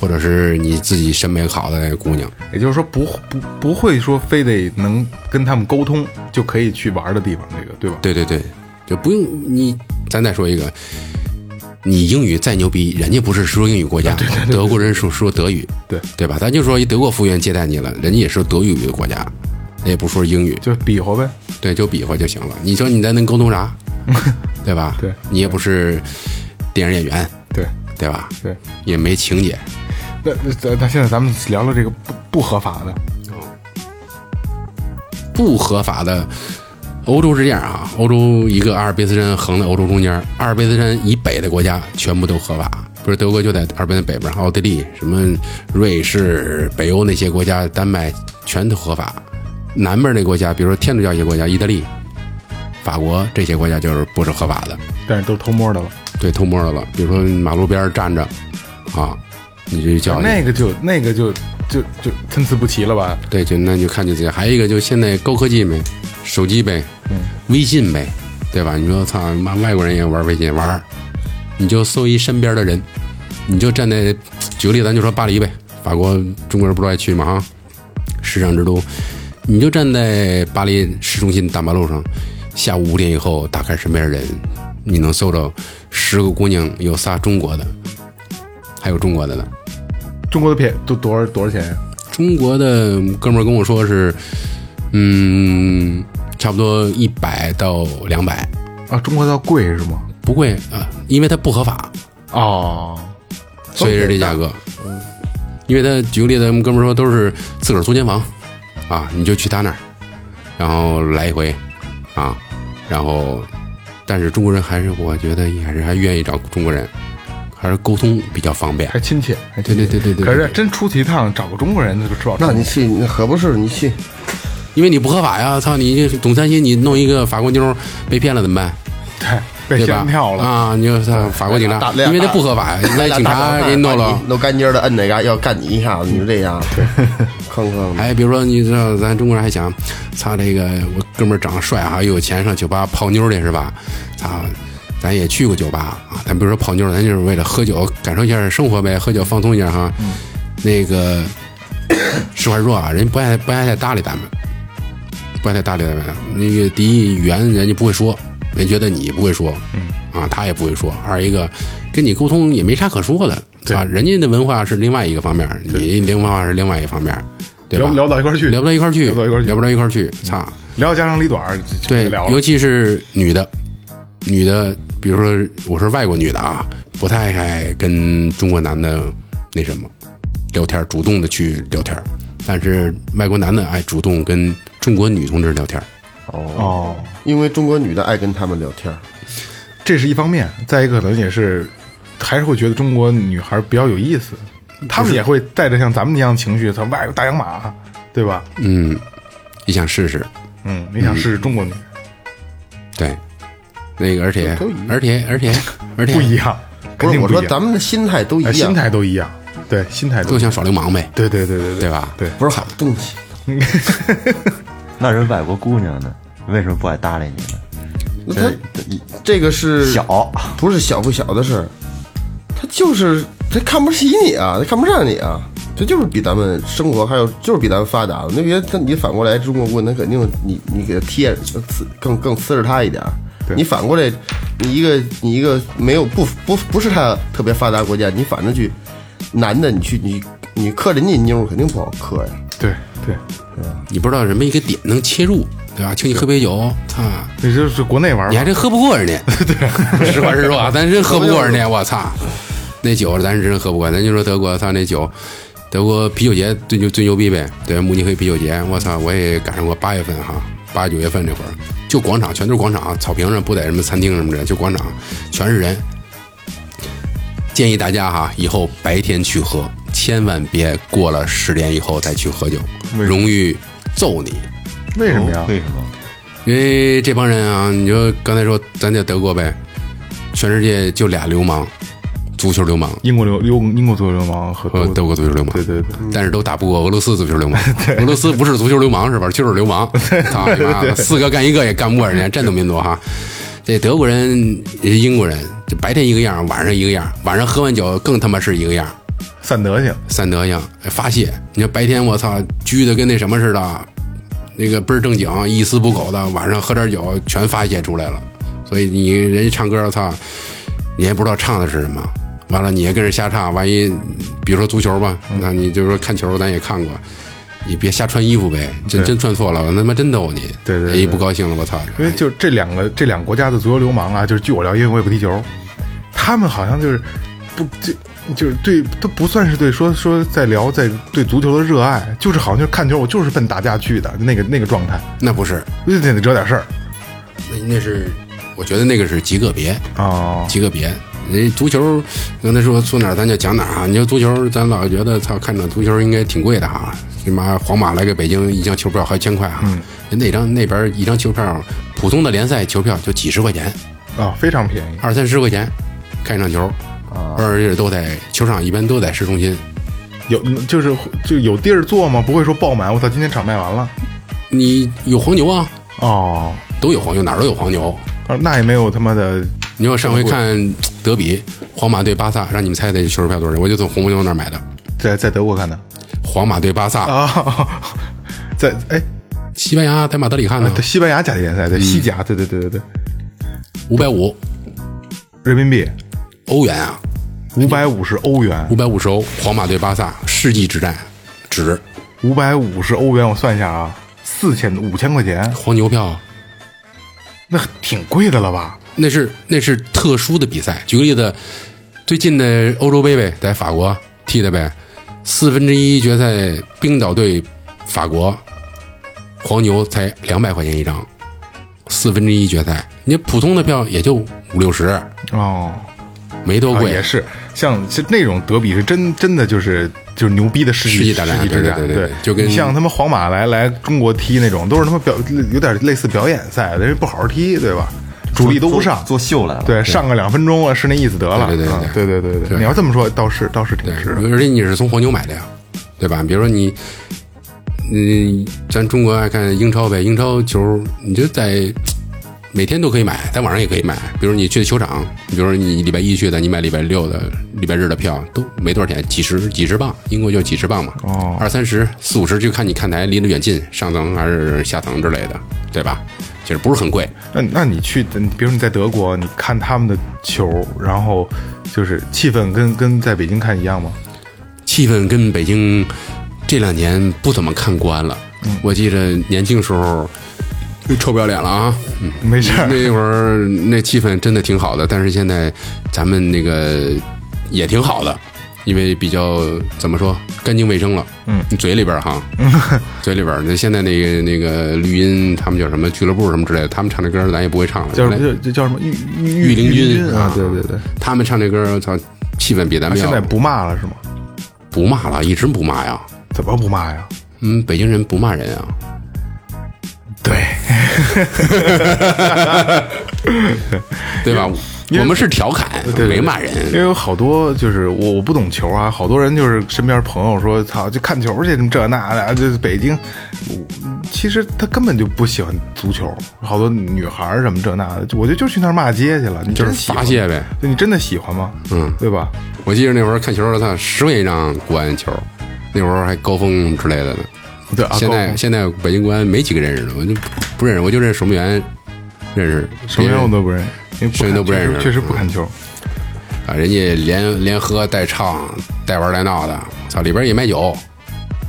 Speaker 8: 或者是你自己审美好的姑娘。
Speaker 5: 也就是说不不不会说非得能跟他们沟通就可以去玩的地方，这个对吧？
Speaker 8: 对对对，就不用你。咱再说一个，你英语再牛逼，人家不是说英语国家，德国人说说德语，
Speaker 5: 对
Speaker 8: 对吧？咱就说一德国服务员接待你了，人家也是德语的国家，人也不说英语，
Speaker 5: 就比划呗，
Speaker 8: 对，就比划就行了。你说你咱能沟 通啥？对吧？
Speaker 5: 对
Speaker 8: 你也不是电影演员，
Speaker 5: 对
Speaker 8: 对吧？
Speaker 5: 对。
Speaker 8: 也没情节，
Speaker 5: 那那咱咱现在咱们聊聊这个不不合法的，
Speaker 8: 不合法的。欧洲是这样啊，欧洲一个阿尔卑斯山横在欧洲中间，阿尔卑斯山以北的国家全部都合法，不是德国就在耳边的北边，奥地利、什么瑞士、北欧那些国家，丹麦全都合法。南边那国家，比如说天主教一些国家，意大利、法国这些国家就是不是合法的，
Speaker 5: 但是都偷摸的了。
Speaker 8: 对，偷摸的了。比如说马路边站着，啊，你就叫去
Speaker 5: 那个就那个就就就参差不齐了吧？
Speaker 8: 对，就那就看你自己。还有一个就现在高科技呗，手机呗，微信呗，对吧？你说操，妈外国人也玩微信玩儿，你就搜一身边的人，你就站在，举个例子，咱就说巴黎呗，法国中国人不都爱去嘛哈，时尚之都，你就站在巴黎市中心大马路上，下午五点以后打开身边的人，你能搜着十个姑娘有仨中国的，还有中国的呢。
Speaker 5: 中国的便都多少多少钱呀？
Speaker 8: 中国的哥们儿跟我说是，嗯，差不多一百到两百，
Speaker 5: 啊，中国的要贵是吗？
Speaker 8: 不贵啊、呃因为它不合法，
Speaker 5: 哦，
Speaker 8: 所以是这价格。嗯，因为他举个例子，我们哥们儿说都是自个儿租间房，啊，你就去他那儿，然后来一回，啊，然后，但是中国人还是我觉得还是还愿意找中国人，还是沟通比较方便
Speaker 5: 还。亲切，还
Speaker 8: 对
Speaker 5: 亲切
Speaker 8: 对对对对对
Speaker 5: 可是真出去一趟，找个中国人那就吃饱
Speaker 6: 那你去，你合不是你去，
Speaker 8: 因为你不合法呀，操你董三星，你弄一个法国妞儿被骗了怎么办？
Speaker 5: 哎对被
Speaker 8: 对吧？
Speaker 5: 吓尿了。
Speaker 8: 啊！你说他法国警察，因为这不合法，
Speaker 5: 哎
Speaker 8: 那警察给你弄了。
Speaker 6: 弄干尖儿的摁哪嘎要干你一下子，你就这 样，坑坑的。
Speaker 8: 哎，比如说，你知道咱中国人还想，操这个我哥们儿长得帅啊，又有钱，上酒吧泡妞儿去是吧？操，咱也去过酒吧啊，咱比如说泡妞儿，咱就是为了喝酒，感受一下生活呗，喝酒放松一下哈。那个 实话说啊，人不爱不爱太搭理咱们，不爱太搭理咱们。那个第一语言人家不会说，人觉得你不会说，嗯啊，他也不会说。二一个跟你沟通也没啥可说的，对吧？人家的文化是另外一个方面，你文化是另外一个方面，对吧？
Speaker 5: 聊聊不到一块儿去，
Speaker 8: 聊不到一块儿去，
Speaker 5: 聊不到一块儿去
Speaker 8: 聊不到一块儿去。操，
Speaker 5: 聊家长里短儿，就就
Speaker 8: 对
Speaker 5: 聊，
Speaker 8: 尤
Speaker 5: 了。
Speaker 8: 其是女的，女的，比如说我是外国女的啊，不太爱跟中国男的那什么聊天儿，主动的去聊天儿。但是外国男的爱主动跟中国女同志聊天儿，
Speaker 5: 哦，
Speaker 6: 因为中国女的爱跟他们聊天儿，
Speaker 5: 这是一方面，再一个可能也是还是会觉得中国女孩比较有意思，她们也会带着像咱们一样的情绪，她外国大洋马，对吧？
Speaker 8: 嗯，也想试试，
Speaker 5: 嗯，你想试试中国女
Speaker 8: 对，那个而且
Speaker 6: 都一
Speaker 8: 而且而且而且
Speaker 5: 不一样，肯
Speaker 6: 不是
Speaker 5: 定
Speaker 6: 我
Speaker 5: 不
Speaker 6: 说
Speaker 5: 一
Speaker 6: 咱
Speaker 5: 样，
Speaker 6: 们的心态都一
Speaker 5: 哎
Speaker 6: 样，
Speaker 5: 心态都一样，对，心态都
Speaker 8: 都
Speaker 5: 一样
Speaker 8: 想耍流氓呗，
Speaker 5: 对对对对
Speaker 8: 对吧？
Speaker 5: 对，
Speaker 6: 不是好东西。
Speaker 7: 那人外国姑娘呢？为什么不爱搭理你呢？
Speaker 6: 那他这个是
Speaker 7: 小，
Speaker 6: 不是小不小的事儿，他就是他看不起你啊，他看不上你啊，他就是比咱们生活还有就是比咱们发达。那别他你反过来中国棍，他肯定你你给他贴刺更更呲着他一点儿。你反过来，你一个你一个没有不不不是他特别发达国家，你反正去男的你去你你克人家妞儿肯定不好克呀。
Speaker 5: 对对，
Speaker 8: 你不知道人们一个点能切入，对吧？请你喝杯酒，操、
Speaker 5: 这就是国内玩
Speaker 8: 你还
Speaker 5: 法，
Speaker 8: 真喝不过人家。对， 实话实说啊，咱真喝不过人家，我操！那酒咱是真喝不过，咱就说德国，操那酒，德国啤酒节最牛最牛逼呗，对，慕尼黑啤酒节，我操，我也赶上过八月份哈，八九月份这会儿，就广场全都是广场，草坪上不在什么餐厅什么的，就广场全是人。建议大家哈，以后白天去喝，千万别过了十点以后再去喝酒，容易揍你。
Speaker 5: 为什么呀？
Speaker 7: 为什么？
Speaker 8: 因为这帮人啊，你就刚才说咱在德国呗，全世界就俩流氓，足球流氓
Speaker 5: 英国流英英国足球流氓和
Speaker 8: 和德
Speaker 5: 国，
Speaker 8: 国足球流氓，
Speaker 5: 对对对，
Speaker 8: 但是都打不过俄罗斯足球流氓。俄罗斯不是足球流氓是吧？就是流氓，操你妈的，四个干一个也干不过人家，战斗民族哈。这德国人、英国人，这白天一个样，晚上一个样，晚上喝完酒更他妈是一个样。
Speaker 5: 散德行，
Speaker 8: 三德行发泄。你看白天我操拘的跟那什么似的，那个倍儿正经，一丝不苟的，晚上喝点酒全发泄出来了。所以你人家唱歌，操，你也不知道唱的是什么。完了，你也跟人瞎唱，万一比如说足球吧，那你就说看球，咱也看过，你别瞎穿衣服呗，真真穿错了，我他妈真逗你。
Speaker 5: 对对对
Speaker 8: 一不高兴了，我操！
Speaker 5: 因为就这两个这两个国家的足球流氓啊，就是据我了解，因为我也不踢球，他们好像就是不这就是对都不算是对说说在聊在对足球的热爱，就是好像就是看球我就是奔打架去的那个那个状态，
Speaker 8: 那不是，
Speaker 5: 就得得惹点事儿
Speaker 8: 那那是，我觉得那个是极个别，
Speaker 5: 啊。
Speaker 8: 极个别。人家足球，刚才说说哪儿咱就讲哪儿啊。你说足球，咱老觉得操，看场足球应该挺贵的哈、你妈皇马来个北京一张球票好几千块啊，
Speaker 5: 嗯
Speaker 8: 那张那边一张球票，普通的联赛球票就几十块钱，
Speaker 5: 啊，非常便宜。
Speaker 8: 二三十块钱看一场球，
Speaker 5: 啊
Speaker 8: 而且都在球场，一般都在市中心。
Speaker 5: 有就是就有地儿坐吗？不会说爆满，我操，今天场卖完了
Speaker 8: 你有黄牛啊，
Speaker 5: 哦，
Speaker 8: 都有黄牛，哪儿都有黄牛。
Speaker 5: 啊那也没有他妈的
Speaker 8: 你说上回看德比，皇马对巴萨，让你们猜猜球票多少钱？我就从红牛那儿买的。
Speaker 5: 在在德国看的
Speaker 8: 皇马对巴萨，
Speaker 5: 啊， 在哎，
Speaker 8: 西班牙在马德里看的，
Speaker 5: 啊对西班牙甲级联赛，对西甲，对对对对对，
Speaker 8: 五百五
Speaker 5: 人民币
Speaker 8: 欧元啊，
Speaker 5: 五百五十欧元
Speaker 8: 五，百五十欧。皇马对巴萨世纪之战，值
Speaker 5: 五百五十欧元，我算一下啊，四千五千块钱，
Speaker 8: 黄牛票啊，
Speaker 5: 那挺贵的了吧？
Speaker 8: 那是那是特殊的比赛。举个例子，最近的欧洲杯呗，在法国踢的呗，四分之一决赛冰岛对法国，黄牛才两百块钱一张，四分之一决赛，你普通的票也就五六十，
Speaker 5: 哦，
Speaker 8: 没多
Speaker 5: 啊
Speaker 8: 贵。
Speaker 5: 也是，像是那种德比是真真的就是就是牛逼的世
Speaker 8: 世
Speaker 5: 纪
Speaker 8: 纪大战
Speaker 5: 世纪之
Speaker 8: 对对
Speaker 5: 战，
Speaker 8: 对对就跟
Speaker 5: 你像他妈皇马来来中国踢那种，都是他妈表有点类似表演赛，人家不好好踢，对吧？主力都不上，
Speaker 7: 做做秀来了。
Speaker 5: 对，上个两分钟了，是那意思得了。
Speaker 8: 对对对
Speaker 5: 啊对对对对，
Speaker 8: 对
Speaker 5: 你要这么说，倒是倒是挺值的。
Speaker 8: 对，而且你是从黄牛买的呀，对吧？比如说你，嗯，咱中国爱看英超呗，英超球你就在每天都可以买，在网上也可以买。比如你去球场，比如说你礼拜一去的，你买礼拜六的、礼拜日的票都没多少钱，几十几十磅，英国就几十磅嘛，
Speaker 5: 哦
Speaker 8: 二三十、四五十，就看你看台离得远近，上层还是下层之类的，对吧？其实不是很贵，
Speaker 5: 那那你去，你比如你在德国，你看他们的球，然后就是气氛跟跟在北京看一样吗？
Speaker 8: 气氛跟北京这两年不怎么看官了。
Speaker 5: 嗯
Speaker 8: 我记着年轻时候，臭不要脸了啊！ 嗯
Speaker 5: 没事儿，
Speaker 8: 那会儿那气氛真的挺好的，但是现在咱们那个也挺好的，因为比较怎么说干净卫生了。嗯，嘴里边 儿哈，嘴里边儿，那现在那个那个绿茵他们叫什么俱乐部什么之类的，他们唱的歌儿咱也不会唱了。
Speaker 5: 叫
Speaker 8: 原来
Speaker 5: 叫叫叫什么御
Speaker 8: 御林
Speaker 5: 军
Speaker 8: 军
Speaker 5: 啊？对对对，
Speaker 8: 他们唱这歌儿，我操，气氛比咱们要
Speaker 5: 现在不骂了是吗？
Speaker 8: 不骂了，一直不骂呀。
Speaker 5: 怎么不骂呀？
Speaker 8: 嗯，北京人不骂人啊。
Speaker 5: 对，
Speaker 8: 对吧？
Speaker 5: 因为
Speaker 8: 我们是调侃，
Speaker 5: 对对
Speaker 8: 没骂人。
Speaker 5: 因为有好多就是我我不懂球啊，好多人就是身边朋友说操就看球去，什么这那的，就是北京。我其实他根本就不喜欢足球，好多女孩儿什么这那的，我就就去那儿骂街去了。你
Speaker 8: 就是
Speaker 5: 真喜欢
Speaker 8: 发泄呗
Speaker 5: 对你真的喜欢吗？
Speaker 8: 嗯
Speaker 5: 对吧？
Speaker 8: 我记得那会儿看球的，他十块钱一张国安球，那会儿还高峰之类的呢。
Speaker 5: 对啊，
Speaker 8: 现在
Speaker 5: 高
Speaker 8: 现在北京国安没几个认识的，我就不认识，我就认识守门员，认识
Speaker 5: 什么人我都不认识，因为
Speaker 8: 谁
Speaker 5: 看
Speaker 8: 都不认识
Speaker 5: 确实确实不看球。
Speaker 8: 啊，人家连连喝带唱带玩带闹的，操，里边也卖酒，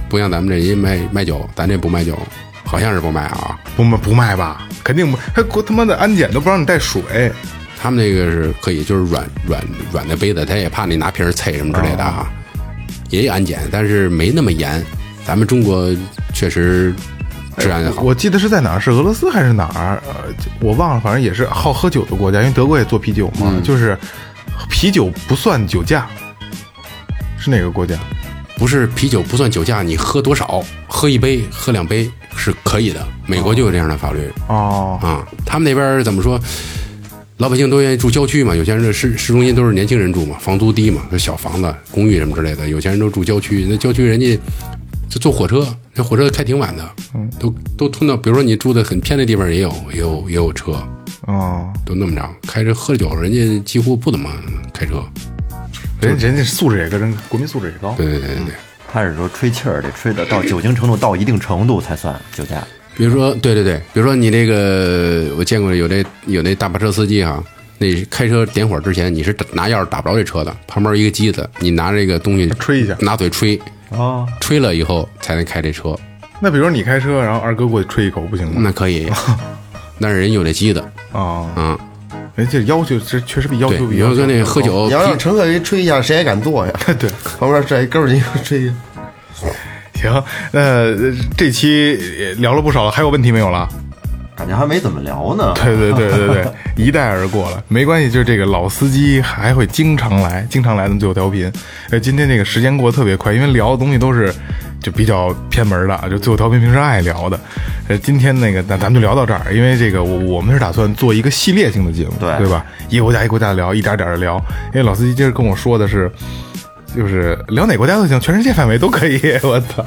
Speaker 8: 不像咱们这人家卖卖酒，咱这不卖酒，好像是不卖啊。
Speaker 5: 不卖不卖吧？肯定不，还国他妈的安检都不让你带水，
Speaker 8: 他们那个是可以，就是软软软的杯子，他也怕你拿瓶儿啐什么之类的
Speaker 5: 哦
Speaker 8: 啊，也有安检，但是没那么严。咱们中国确实治安好，
Speaker 5: 哎我记得是在哪儿，是俄罗斯还是哪儿？呃，我忘了，反正也是好喝酒的国家，因为德国也做啤酒嘛，
Speaker 8: 嗯
Speaker 5: 就是啤酒不算酒驾，是哪个国家？
Speaker 8: 不是啤酒不算酒驾，你喝多少，喝一杯、喝两杯是可以的。美国就有这样的法律
Speaker 5: 哦，
Speaker 8: 啊，他们那边儿怎么说？老百姓都愿意住郊区嘛，有钱人市市中心都是年轻人住嘛，房租低嘛，就小房子、公寓什么之类的，有钱人都住郊区。那郊区人家就坐火车，那火车开挺晚的，都都通到，比如说你住的很偏的地方也有也有也有车，
Speaker 5: 哦，
Speaker 8: 都那么着。开着喝酒，人家几乎不怎么开车。
Speaker 5: 人人家素质也高，人国民素质也高。
Speaker 8: 对对对对对，
Speaker 7: 他是说吹气儿得吹得到酒精程度，到一定程度才算酒驾。
Speaker 8: 比如说对对对，比如说你这个，我见过有那有那大巴车司机哈、那开车点火之前，你是拿钥匙打不着这车的，旁边一个机子，你拿这个东西
Speaker 5: 吹一下
Speaker 8: 拿嘴吹，
Speaker 7: 哦，
Speaker 8: 吹了以后才能开这车，
Speaker 5: 那比如你开车，然后二哥过去吹一口，不行吗？
Speaker 8: 那可 以。但是人有这机子
Speaker 5: 哦，
Speaker 8: 啊，
Speaker 5: 人家要求这确实比要
Speaker 8: 对，
Speaker 5: 求比
Speaker 8: 你
Speaker 5: 要
Speaker 8: 要
Speaker 5: 求
Speaker 8: 说那
Speaker 5: 更
Speaker 8: 喝
Speaker 5: 高，
Speaker 8: 酒
Speaker 6: 你要让乘客给吹一下，谁还敢坐呀？
Speaker 5: 对，
Speaker 6: 旁边站一哥们儿，你给吹一下。
Speaker 5: 行，那呃这期也聊了不少了，还有问题没有了？
Speaker 7: 感觉还没怎么聊呢。
Speaker 5: 对对对对对，一带而过了，没关系，就是这个老司机还会经常来，经常来咱们最后调频。呃，今天这个时间过得特别快，因为聊的东西都是就比较偏门的，啊就最后调频平时爱聊的。呃，今天那个咱咱们就聊到这儿，因为这个我我们是打算做一个系列性的节目，
Speaker 7: 对
Speaker 5: 对吧？一个国家一个国家的聊，一点点的聊。因为老司机今儿跟我说的是。就是聊哪国家都行，全世界范围都可以。 我操！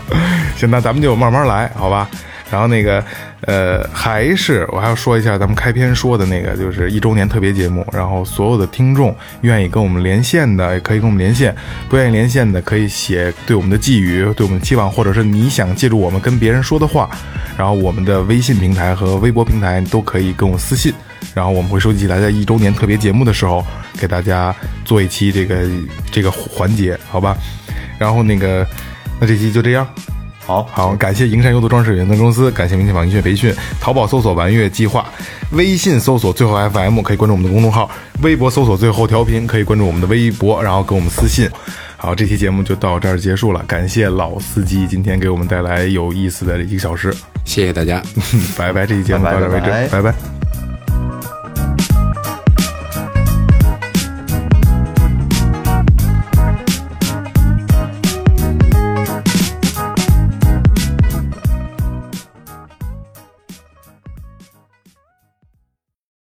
Speaker 5: 行，那咱们就慢慢来，好吧？然后那个，呃，还是我还要说一下咱们开篇说的那个，就是一周年特别节目。然后所有的听众愿意跟我们连线的，也可以跟我们连线；不愿意连线的，可以写对我们的寄语、对我们的期望，或者是你想借助我们跟别人说的话。然后我们的微信平台和微博平台都可以跟我私信。然后我们会收集大家一周年特别节目的时候，给大家做一期这个这个环节，好吧？然后那个，那这期就这样。
Speaker 7: 好
Speaker 5: 好，感谢营山优度装饰有限责任公司，感谢明天网音乐培训，淘宝搜索“玩乐计划”，微信搜索“最后 FM” 可以关注我们的公众号，微博搜索“最后调频”可以关注我们的微博，然后给我们私信。好，这期节目就到这儿结束了，感谢老司机今天给我们带来有意思的一个小时，
Speaker 8: 谢谢大家。
Speaker 5: 拜拜！这期节目到这儿为止，
Speaker 7: 拜拜
Speaker 5: 拜拜